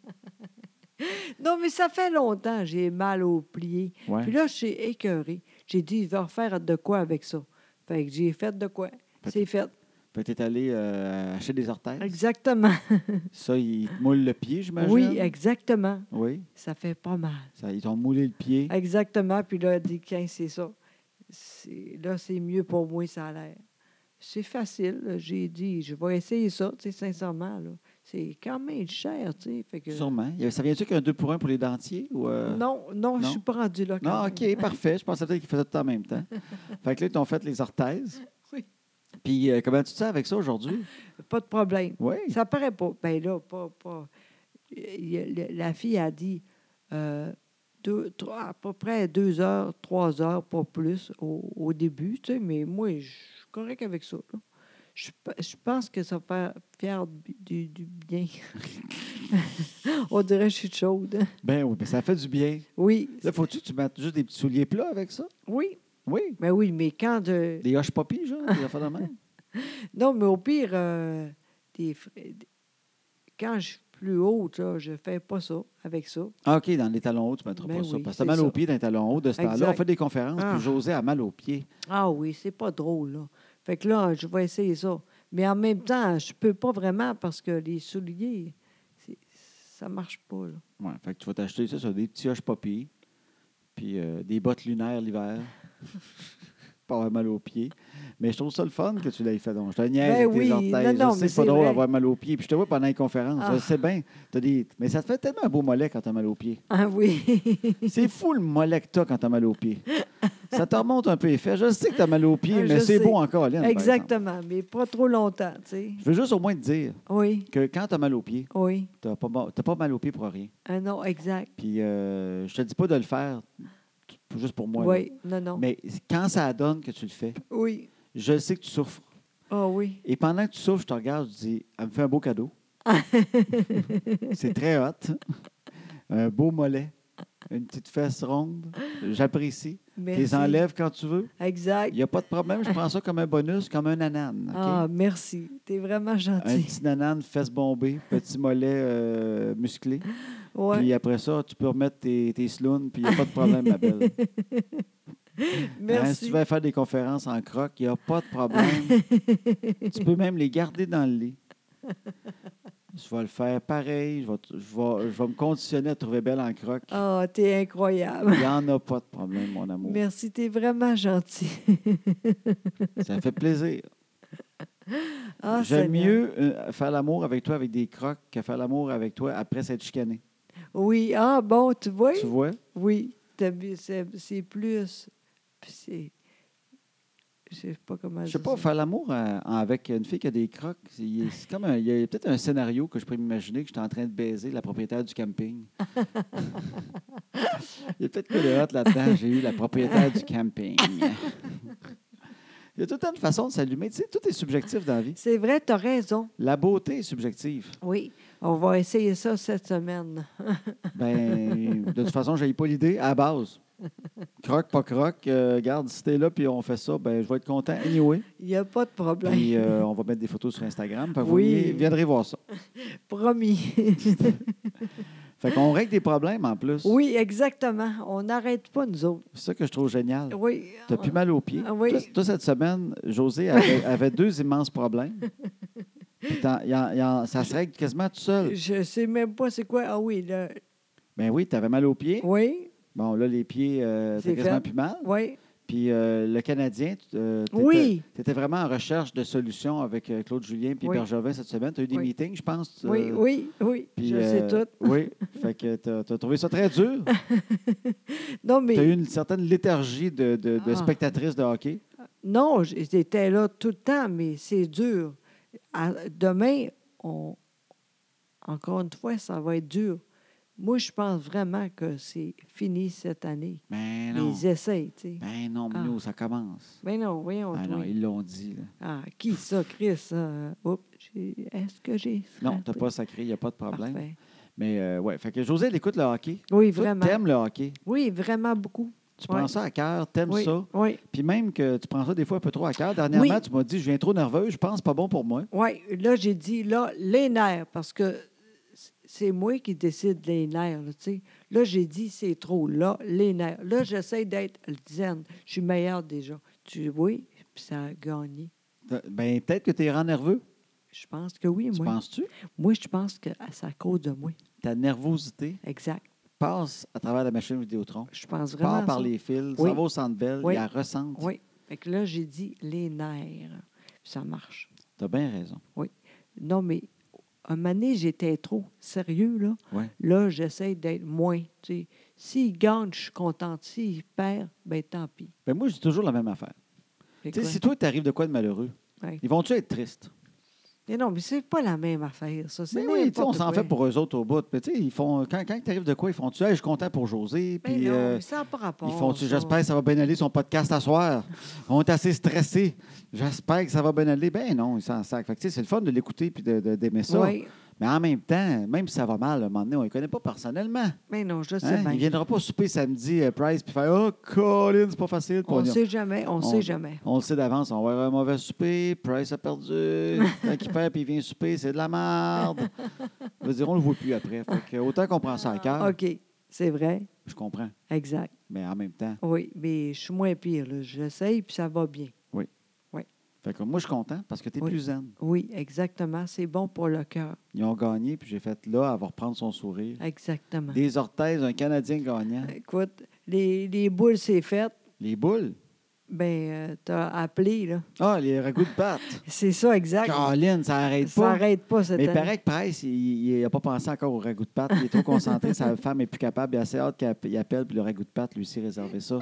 Speaker 2: non, mais ça fait longtemps, j'ai mal au plié.
Speaker 1: Ouais.
Speaker 2: Puis là, je suis écœurée. J'ai dit, je vais refaire de quoi avec ça. Fait que j'ai fait de quoi.
Speaker 1: Fait-
Speaker 2: C'est fait.
Speaker 1: Fait que t'es allé euh, acheter des orthèses.
Speaker 2: Exactement.
Speaker 1: Ça, ils te moulent le pied, j'imagine?
Speaker 2: Oui, exactement.
Speaker 1: Oui,
Speaker 2: Ça fait pas mal.
Speaker 1: ça, ils t'ont moulé le pied.
Speaker 2: Exactement. Puis là, elle dit, Tiens, c'est ça. C'est- Là, c'est mieux pour moi, ça a l'air. C'est facile. là. J'ai dit, je vais essayer ça, tu sais, sincèrement. là. C'est quand même cher, tu sais. Fait que...
Speaker 1: Sûrement. Il y avait- Ça vient-tu qu'un 2 pour 1 pour les dentiers? Ou euh,
Speaker 2: Non, non, je
Speaker 1: non.
Speaker 2: suis pas rendue là. quand
Speaker 1: Non,
Speaker 2: même.
Speaker 1: OK, parfait. Je pensais peut-être qu'ils faisaient tout en même temps. fait que là, ils t'ont fait les orthèses.
Speaker 2: Oui.
Speaker 1: Puis, euh, comment tu te sens avec ça aujourd'hui?
Speaker 2: Pas de problème.
Speaker 1: Oui.
Speaker 2: Ça paraît pas. Bien là, pas. pas. Il y a- le- La fille a dit euh, deux, trois, à peu près deux heures, trois heures, pas plus au, au début, tu sais, mais moi, je suis correct avec ça. là. Je, pe- je pense que ça va faire, faire du, du- du bien. On dirait que je suis chaude. hein.
Speaker 1: Ben oui, mais ça fait du bien.
Speaker 2: Oui,
Speaker 1: Là, faut-tu que tu mettes juste des petits souliers plats avec ça?
Speaker 2: oui,
Speaker 1: Oui.
Speaker 2: mais oui, mais quand de.
Speaker 1: Des hoches poppies, genre, des affaires de
Speaker 2: Ah.
Speaker 1: même.
Speaker 2: Non, mais au pire, euh, des fr- des- quand je suis plus haute, là, je fais pas ça avec ça.
Speaker 1: Ah, OK, dans les talons hauts, tu ne mettras
Speaker 2: Ben
Speaker 1: pas ça.
Speaker 2: oui,
Speaker 1: Parce que t'as
Speaker 2: c'est
Speaker 1: mal aux
Speaker 2: ça.
Speaker 1: pieds dans les talons hauts de ce temps-là.
Speaker 2: Exact.
Speaker 1: On fait des conférences,
Speaker 2: Ah.
Speaker 1: puis José a mal aux pieds.
Speaker 2: Ah oui, c'est pas drôle, là. Fait que là, je vais essayer ça. Mais en même temps, je peux pas vraiment parce que les souliers, c'est- ça marche pas, là.
Speaker 1: Ouais, fait que tu vas t'acheter ça sur des petits hoches poppies, puis euh, des bottes lunaires l'hiver. pas avoir mal aux pieds. Mais je trouve ça le fun que tu l'aies fait. Donc, je te niaise
Speaker 2: Ben
Speaker 1: avec tes
Speaker 2: oui,
Speaker 1: orteils.
Speaker 2: non, non,
Speaker 1: je sais
Speaker 2: mais
Speaker 1: que c'est pas
Speaker 2: c'est
Speaker 1: drôle
Speaker 2: vrai.
Speaker 1: d'avoir mal aux pieds. Puis je te vois pendant les conférences.
Speaker 2: Ah.
Speaker 1: Je sais bien. t'as des... Mais ça te fait tellement un beau mollet quand t'as mal aux pieds.
Speaker 2: Ah oui.
Speaker 1: C'est fou le mollet que t'as quand t'as mal aux pieds. ça te remonte un peu les fesses. Je sais que t'as mal aux pieds,
Speaker 2: Ah,
Speaker 1: mais
Speaker 2: je
Speaker 1: c'est
Speaker 2: sais.
Speaker 1: beau encore, Lynn, par exemple.
Speaker 2: Exactement, mais pas trop longtemps, tu sais.
Speaker 1: Je veux juste au moins te dire
Speaker 2: Oui,
Speaker 1: que quand t'as mal aux pieds,
Speaker 2: oui.
Speaker 1: t'as pas, ma- t'as pas mal aux pieds pour rien.
Speaker 2: Ah non, exact.
Speaker 1: Puis euh, je te dis pas de le faire t- juste pour moi. là.
Speaker 2: Oui, non, non.
Speaker 1: Mais quand ça donne que tu le fais,
Speaker 2: Oui.
Speaker 1: je sais que tu souffres.
Speaker 2: Ah oui.
Speaker 1: Et pendant que tu souffres, je te regarde, je dis, elle me fait un beau cadeau. C'est très hot. Un beau mollet, une petite fesse ronde. J'apprécie. Tu
Speaker 2: Merci.
Speaker 1: les enlèves quand tu veux. Il
Speaker 2: Exact.
Speaker 1: n'y a pas de problème. Je prends ça comme un bonus, comme un anane. OK?
Speaker 2: Ah, merci. T'es vraiment
Speaker 1: un
Speaker 2: gentil.
Speaker 1: petit nanane, fesse bombée, petit mollet euh, musclé. Puis
Speaker 2: Ouais.
Speaker 1: après ça, tu peux remettre tes, tes slounes, puis il n'y a pas de problème, ma belle. Hein, si
Speaker 2: Merci.
Speaker 1: tu vas faire des conférences en croque, il n'y a pas de problème. tu peux même les garder dans le lit. Je vais le faire pareil. Je vais, t- je vais- je vais me conditionner à trouver belle en croque.
Speaker 2: Ah, t'es incroyable.
Speaker 1: Il n'y en a pas de problème, mon amour.
Speaker 2: Merci, t'es vraiment gentil.
Speaker 1: Ça fait plaisir.
Speaker 2: Ah,
Speaker 1: J'aime
Speaker 2: Seigneur.
Speaker 1: mieux euh, faire l'amour avec toi avec des crocs que faire l'amour avec toi après s'être chicané.
Speaker 2: Oui, ah bon, tu vois?
Speaker 1: Tu vois?
Speaker 2: Oui, t'as vu, c'est c'est plus. puis C'est. Je sais pas comment
Speaker 1: Je sais
Speaker 2: dire
Speaker 1: pas,
Speaker 2: Ah, ça.
Speaker 1: faire l'amour euh, avec une fille qui a des crocs, c'est c'est comme un- il y a peut-être un scénario que je pourrais m'imaginer que j'étais en train de baiser la propriétaire du camping. il y a peut-être que le hot là-dedans, j'ai eu la propriétaire du camping. il y a tout le temps une façon de s'allumer. Tu sais, tout est subjectif dans la vie.
Speaker 2: C'est vrai, t'as raison.
Speaker 1: La beauté est subjective.
Speaker 2: Oui. On va essayer ça cette semaine.
Speaker 1: Ben, de toute façon, je pas l'idée à la base. Croque, pas croque, euh, garde, si t'es là puis on fait ça, ben, je vais être content anyway.
Speaker 2: Il n'y a pas de problème.
Speaker 1: Puis euh, on va mettre des photos sur Instagram. Fait que vous
Speaker 2: Oui.
Speaker 1: venez- viendrez voir ça.
Speaker 2: Promis.
Speaker 1: Fait qu'on règle des problèmes en plus.
Speaker 2: oui, exactement. On n'arrête pas, nous autres.
Speaker 1: C'est ça que je trouve génial.
Speaker 2: Oui.
Speaker 1: T'as plus mal aux pieds.
Speaker 2: Ah oui.
Speaker 1: Toi, toi, cette semaine, José avait, avait deux immenses problèmes. Puis t'en- il en- il en- ça se règle quasiment tout seul.
Speaker 2: Je sais même pas c'est quoi. Ah oui, là.
Speaker 1: Ben oui, t'avais mal aux pieds.
Speaker 2: Oui,
Speaker 1: Bon, là, les pieds, euh, t'as
Speaker 2: C'est
Speaker 1: quasiment
Speaker 2: fait.
Speaker 1: plus mal.
Speaker 2: oui.
Speaker 1: Puis euh, le Canadien, tu
Speaker 2: Oui.
Speaker 1: étais vraiment en recherche de solutions avec euh, Claude Julien puis
Speaker 2: Oui.
Speaker 1: Bergevin cette semaine. Tu as eu des
Speaker 2: Oui.
Speaker 1: meetings, je pense. euh,
Speaker 2: Oui, oui, oui.
Speaker 1: puis,
Speaker 2: je
Speaker 1: euh,
Speaker 2: sais tout.
Speaker 1: Oui, fait que tu as, trouvé ça très dur.
Speaker 2: Non,
Speaker 1: Tu as eu
Speaker 2: mais
Speaker 1: une certaine léthargie de, de- de
Speaker 2: Ah.
Speaker 1: spectatrice de hockey.
Speaker 2: non, j'étais là tout le temps, mais c'est dur. À- demain, on, encore une fois, ça va être dur. Moi, je pense vraiment que c'est fini cette année.
Speaker 1: Mais non,
Speaker 2: Les essais, tu sais.
Speaker 1: mais Ben non,
Speaker 2: Ah. Oh,
Speaker 1: Minou, ça commence.
Speaker 2: Mais non, voyons.
Speaker 1: Ah non,
Speaker 2: toi.
Speaker 1: ils l'ont dit. là.
Speaker 2: Ah, qui ça, Chris? Euh, oups, j'ai- est-ce que j'ai.
Speaker 1: Non, t'as pas sacré, il n'y a pas de problème.
Speaker 2: Ah, Parfait.
Speaker 1: Mais euh, ouais, fait que José, elle écoute le hockey.
Speaker 2: Oui,
Speaker 1: Toi,
Speaker 2: vraiment.
Speaker 1: t'aimes le hockey.
Speaker 2: Oui, vraiment beaucoup.
Speaker 1: Tu
Speaker 2: Ouais.
Speaker 1: prends ça à cœur, t'aimes
Speaker 2: oui,
Speaker 1: ça.
Speaker 2: Oui.
Speaker 1: Puis même que tu prends ça des fois un peu trop à cœur. Dernièrement,
Speaker 2: Oui.
Speaker 1: tu m'as dit, je viens trop nerveux, je pense pas bon pour moi.
Speaker 2: Oui, là, j'ai dit, là, les nerfs, parce que c- c'est moi qui décide les nerfs, là, tu sais. Là, j'ai dit, c'est trop, là, les nerfs. Là, j'essaie d'être zen. Je suis meilleure déjà. Tu oui, puis ça a gagné.
Speaker 1: T'as- Ben, peut-être que tu es rend nerveux.
Speaker 2: Je pense que oui,
Speaker 1: Tu
Speaker 2: moi.
Speaker 1: penses-tu?
Speaker 2: Moi, je pense que c'est à cause de moi.
Speaker 1: Ta nervosité
Speaker 2: Exact.
Speaker 1: passe à travers la machine Vidéotron,
Speaker 2: Je pense vraiment.
Speaker 1: part
Speaker 2: à
Speaker 1: par
Speaker 2: ça.
Speaker 1: les fils,
Speaker 2: Oui.
Speaker 1: ça va au centre belle,
Speaker 2: Oui.
Speaker 1: il la ressente.
Speaker 2: Oui. Fait que là, j'ai dit, les nerfs. Puis ça marche.
Speaker 1: Tu as bien raison.
Speaker 2: Non, mais un moment donné, j'étais trop sérieux, là.
Speaker 1: Ouais.
Speaker 2: Là, j'essaie d'être moins. tu sais. S'il gagne, je suis contente. S'il perd, ben tant pis.
Speaker 1: Ben, moi, j'ai toujours la même affaire.
Speaker 2: Fait
Speaker 1: Tu sais,
Speaker 2: quoi?
Speaker 1: si toi, t'arrives de quoi de malheureux,
Speaker 2: Ouais.
Speaker 1: ils vont-tu être tristes?
Speaker 2: Mais non, mais c'est pas la même affaire, ça. C'est
Speaker 1: Mais oui, tu sais, on
Speaker 2: n'importe
Speaker 1: s'en
Speaker 2: quoi.
Speaker 1: fait pour eux autres au bout. Mais tu sais, ils font, quand, quand t'arrives de quoi, ils font-tu, Hey, je suis content pour José,
Speaker 2: Ben
Speaker 1: puis
Speaker 2: non,
Speaker 1: euh,
Speaker 2: mais ça n'a pas rapport.
Speaker 1: ils font-tu,
Speaker 2: ça.
Speaker 1: j'espère que ça va bien aller son podcast à soir. on est assez stressés. J'espère que ça va bien aller. Ben non, ils s'en sacrent. Fait que tu sais, c'est le fun de l'écouter puis de- de- d'aimer ça.
Speaker 2: Oui,
Speaker 1: Mais en même temps, même si ça va mal, à un moment donné, on ne les connaît pas personnellement.
Speaker 2: mais non, je le sais
Speaker 1: Hein?
Speaker 2: bien.
Speaker 1: Il ne viendra pas souper samedi, euh, Price, puis faire Oh, Colin, c'est pas facile. Puis
Speaker 2: On
Speaker 1: on,
Speaker 2: sait jamais, on,
Speaker 1: on-
Speaker 2: sait jamais.
Speaker 1: on le sait d'avance, on va avoir un mauvais souper, Price a perdu, quand il perd, puis il vient souper, c'est de la merde. Je veux dire, on ne le voit plus après. Fait que, autant qu'on prend ça à cœur,
Speaker 2: OK, c'est vrai,
Speaker 1: je comprends.
Speaker 2: exact.
Speaker 1: Mais en même temps,
Speaker 2: Oui, mais je suis moins pire, là. J'essaye, puis ça va bien.
Speaker 1: fait que moi, je suis content parce que tu es
Speaker 2: Oui.
Speaker 1: plus zen.
Speaker 2: Oui, exactement, c'est bon pour le cœur.
Speaker 1: Ils ont gagné, puis j'ai fait là, elle va reprendre son sourire.
Speaker 2: Exactement.
Speaker 1: Des orthèses, un Canadien gagnant.
Speaker 2: Écoute, les, les boules, c'est fait.
Speaker 1: Les boules.
Speaker 2: Ben, euh, t'as appelé, là.
Speaker 1: Ah, les ragoûts de pâte.
Speaker 2: C'est ça, exact.
Speaker 1: Colin, ça n'arrête
Speaker 2: ça
Speaker 1: pas.
Speaker 2: n'arrête pas cette
Speaker 1: Mais il
Speaker 2: année.
Speaker 1: paraît que Price, il n'a pas pensé encore au ragoût de pâte. Il est trop concentré. sa femme est plus capable. Il a assez hâte qu'il app- il appelle. Puis le ragoût de pâte, lui aussi, réservé ça.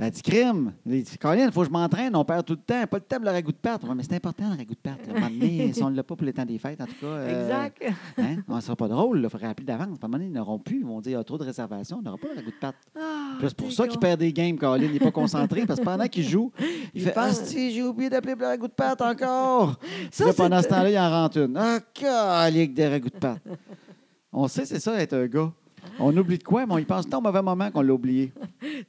Speaker 1: Elle dit crime. Il dit Colin, il faut que je m'entraîne. On perd tout le temps. Pas le temps pour le ragoût de pâte. Ouais, mais c'est important, le ragoût de pâte. là. À un moment donné, si on ne l'a pas pour le temps des fêtes, en tout cas. euh,
Speaker 2: Exact.
Speaker 1: hein, on ne sera pas drôle. Il faudrait appeler d'avance. À un moment donné, ils n'auront plus. Ils vont dire il y a trop de réservations. On n'aura pas le ragoût de pâte.
Speaker 2: Ah,
Speaker 1: Puis là, C'est pour ça qu'il perd des games, Colin. Il n'est pas concentré parce que pendant qu'il joue, il,
Speaker 2: Il
Speaker 1: fait Ah,
Speaker 2: pense.
Speaker 1: si, j'ai oublié d'appeler pour le ragoût de pâte encore.
Speaker 2: Ça,
Speaker 1: Là,
Speaker 2: c'est-
Speaker 1: pendant ce temps-là, il en rentre une. Ah, calique des ragoûts de pâte. On sait, c'est ça, être un gars. On oublie de quoi, mais on y pense tant au mauvais moment qu'on l'a oublié.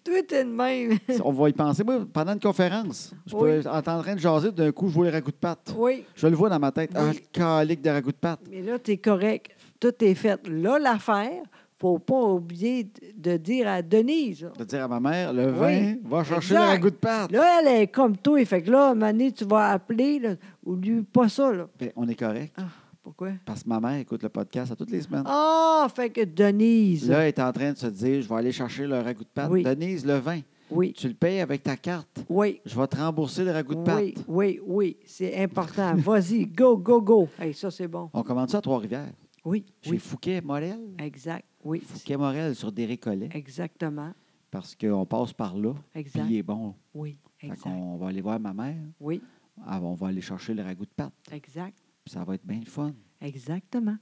Speaker 2: Toi, t'es de même.
Speaker 1: On va y penser. Moi, pendant une conférence, je peux
Speaker 2: Oui.
Speaker 1: être en train de jaser, d'un coup, je vois les ragoûts de pâte.
Speaker 2: Oui,
Speaker 1: Je le vois dans ma tête. Ah,
Speaker 2: Oui.
Speaker 1: calique des ragoûts de pâte.
Speaker 2: mais là, t'es correct. Tout est fait. Là, l'affaire, faut pas oublier de- de dire à Denise. là.
Speaker 1: De dire à ma mère, le vin, va chercher le
Speaker 2: Exact.
Speaker 1: ragoût de pâte.
Speaker 2: Là, elle est comme toi. Fait que là, Mané, tu vas appeler. Là, oublie pas ça, là.
Speaker 1: Ben, on est correct.
Speaker 2: Ah. Pourquoi?
Speaker 1: Parce que ma mère écoute le podcast à toutes les semaines.
Speaker 2: Ah, fait que Denise.
Speaker 1: Là, elle est en train de se dire, je vais aller chercher le ragoût de pâte.
Speaker 2: Oui.
Speaker 1: Denise, le vin,
Speaker 2: Oui,
Speaker 1: tu le payes avec ta carte.
Speaker 2: oui.
Speaker 1: Je vais te rembourser le ragoût de pâte.
Speaker 2: Oui, oui, oui, c'est important. Vas-y, go, go, go. Hey, ça, c'est bon.
Speaker 1: On commande ça à Trois-Rivières.
Speaker 2: Oui,
Speaker 1: Chez
Speaker 2: oui.
Speaker 1: Fouquet-Morel.
Speaker 2: Exact, oui.
Speaker 1: Fouquet-Morel sur des récollets.
Speaker 2: Exactement,
Speaker 1: Parce qu'on passe par là, puis
Speaker 2: exact.
Speaker 1: il est bon.
Speaker 2: Oui, exact.
Speaker 1: on va aller voir ma mère.
Speaker 2: Oui,
Speaker 1: Ah, On va aller chercher le ragoût de pâte.
Speaker 2: exact,
Speaker 1: Puis ça va être bien le fun.
Speaker 2: exactement.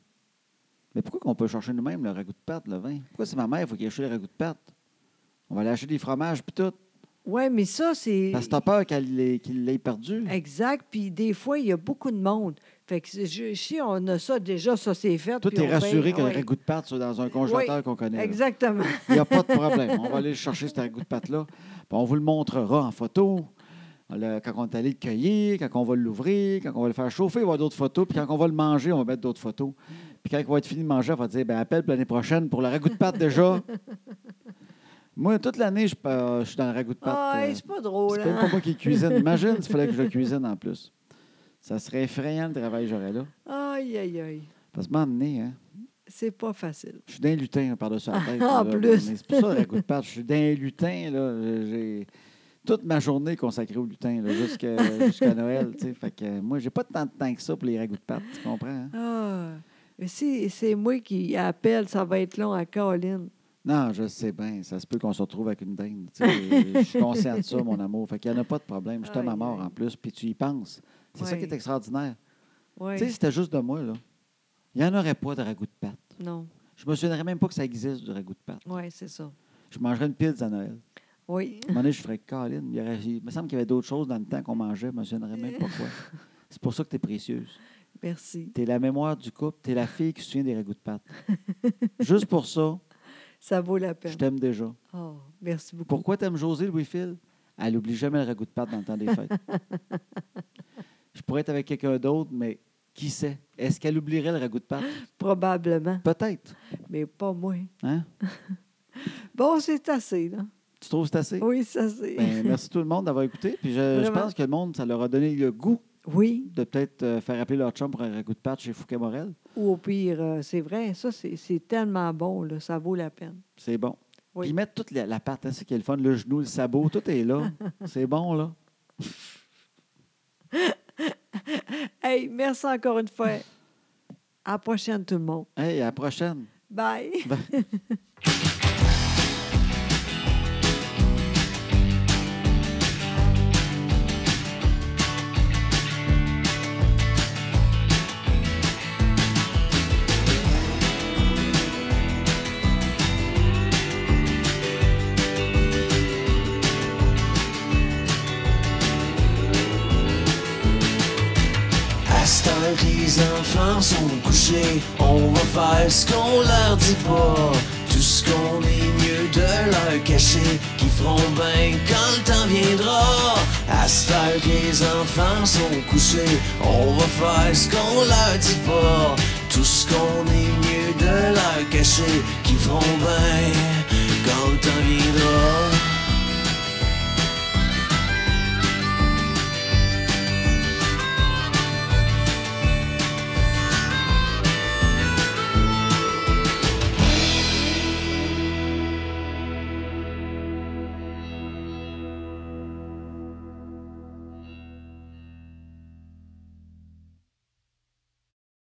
Speaker 1: Mais pourquoi qu'on peut chercher nous-mêmes le ragoût de pâte, le vin? Pourquoi c'est ma mère, il faut qu'il achète le ragoût de pâte? On va aller acheter des fromages, puis tout.
Speaker 2: Oui, mais ça, c'est.
Speaker 1: Parce que t'as peur qu'elle l'ait- qu'il l'ait perdu.
Speaker 2: Exact. Puis des fois, il y a beaucoup de monde. Fait que je- si on a ça déjà, ça c'est fait.
Speaker 1: Tout
Speaker 2: puis
Speaker 1: est
Speaker 2: on
Speaker 1: rassuré
Speaker 2: paye.
Speaker 1: que le
Speaker 2: Ouais.
Speaker 1: ragoût de pâte soit dans un congélateur qu'on connaît. là.
Speaker 2: Exactement.
Speaker 1: Il n'y a pas de problème. On va aller chercher ce ragoût de pâte-là. Puis on vous le montrera en photo. Le- quand on est allé le cueillir, quand on va l'ouvrir, quand on va le faire chauffer, il va y avoir d'autres photos. Puis quand on va le manger, on va mettre d'autres photos. Puis quand il va être fini de manger, on va dire ben, appelle pour l'année prochaine pour le ragoût de pâte déjà. Moi, toute l'année, je, euh, je suis dans le ragoût de pâte.
Speaker 2: Ah,
Speaker 1: euh,
Speaker 2: c'est pas
Speaker 1: c'est
Speaker 2: drôle.
Speaker 1: même
Speaker 2: hein?
Speaker 1: pas moi qui cuisine. Imagine s'il fallait que je le cuisine en plus. Ça serait effrayant le travail que j'aurais là.
Speaker 2: Aïe, aïe, aïe.
Speaker 1: Parce que m'emmener, hein,
Speaker 2: C'est pas facile.
Speaker 1: je suis d'un lutin hein, par-dessus la tête.
Speaker 2: Ah, En
Speaker 1: là,
Speaker 2: plus.
Speaker 1: mais C'est pour ça le coup de patte. Je suis d'un lutin. Là, j'ai toute ma journée consacrée au lutin là, jusqu'à, jusqu'à Noël. tu sais. Fait que euh, moi, j'ai pas tant de temps que ça pour les ragoûts de pâte. Tu comprends? hein?
Speaker 2: Ah. Mais si c'est moi qui appelle, ça va être long à Caroline.
Speaker 1: Non, je sais bien. Ça se peut qu'on se retrouve avec une dinde. tu sais. je suis conscient de ça, mon amour. Fait qu'il n'y en a pas de problème. Je t'aime à
Speaker 2: Aïe,
Speaker 1: mort
Speaker 2: aïe.
Speaker 1: en plus. Puis tu y penses. C'est ça qui
Speaker 2: Ouais.
Speaker 1: est extraordinaire.
Speaker 2: Oui.
Speaker 1: Tu sais, c'était juste de moi. là. Il n'y en aurait pas de ragoût de pâte.
Speaker 2: Non.
Speaker 1: Je me souviendrais même pas que ça existe du ragoût de pâte.
Speaker 2: Oui, c'est ça.
Speaker 1: Je mangerais une pizza à Noël.
Speaker 2: Oui.
Speaker 1: À un moment donné, je ferais Colin. Il, y aurait- il me semble qu'il y avait d'autres choses dans le temps qu'on mangeait, je ne me souviendrais même pas quoi. C'est pour ça que tu es précieuse.
Speaker 2: Merci.
Speaker 1: Tu es la mémoire du couple, tu es la fille qui se souvient des ragoûts de pâte. Juste pour ça,
Speaker 2: Ça vaut la
Speaker 1: je
Speaker 2: peine.
Speaker 1: t'aime déjà.
Speaker 2: Oh, merci beaucoup.
Speaker 1: Pourquoi t'aimes José, Louis-Phil? Elle n'oublie jamais le ragoût de pâte dans le temps des fêtes. je pourrais être avec quelqu'un d'autre, mais qui sait? Est-ce qu'elle oublierait le ragoût de pâte?
Speaker 2: Probablement,
Speaker 1: Peut-être.
Speaker 2: mais pas moi.
Speaker 1: Hein?
Speaker 2: Bon, c'est assez, là.
Speaker 1: Tu trouves que c'est assez?
Speaker 2: Oui, ça c'est.
Speaker 1: Ben, merci tout le monde d'avoir écouté. Puis je, je
Speaker 2: Vraiment.
Speaker 1: pense que le monde, ça leur a donné le goût
Speaker 2: Oui,
Speaker 1: de peut-être euh, faire appeler leur chum pour un ragoût de pâte chez Fouquet-Morel.
Speaker 2: ou au pire, euh, c'est vrai, ça c'est c'est tellement bon, là, ça vaut la peine.
Speaker 1: C'est bon.
Speaker 2: Oui.
Speaker 1: Puis ils mettent toute la, la patte, hein, c'est qui est le fun, le genou, le sabot, tout est là. c'est bon, là.
Speaker 2: Hey, merci encore une fois. À la prochaine, tout le monde.
Speaker 1: Hey, à la prochaine.
Speaker 2: Bye.
Speaker 3: À ce temps que les enfants sont couchés, on va faire ce qu'on leur dit pas. Tout ce qu'on est mieux de leur cacher, qui feront bien quand le temps viendra. À ce temps que les enfants sont couchés, on va faire ce qu'on leur dit pas. Tout ce qu'on est mieux de leur cacher, qui feront bien quand le temps viendra.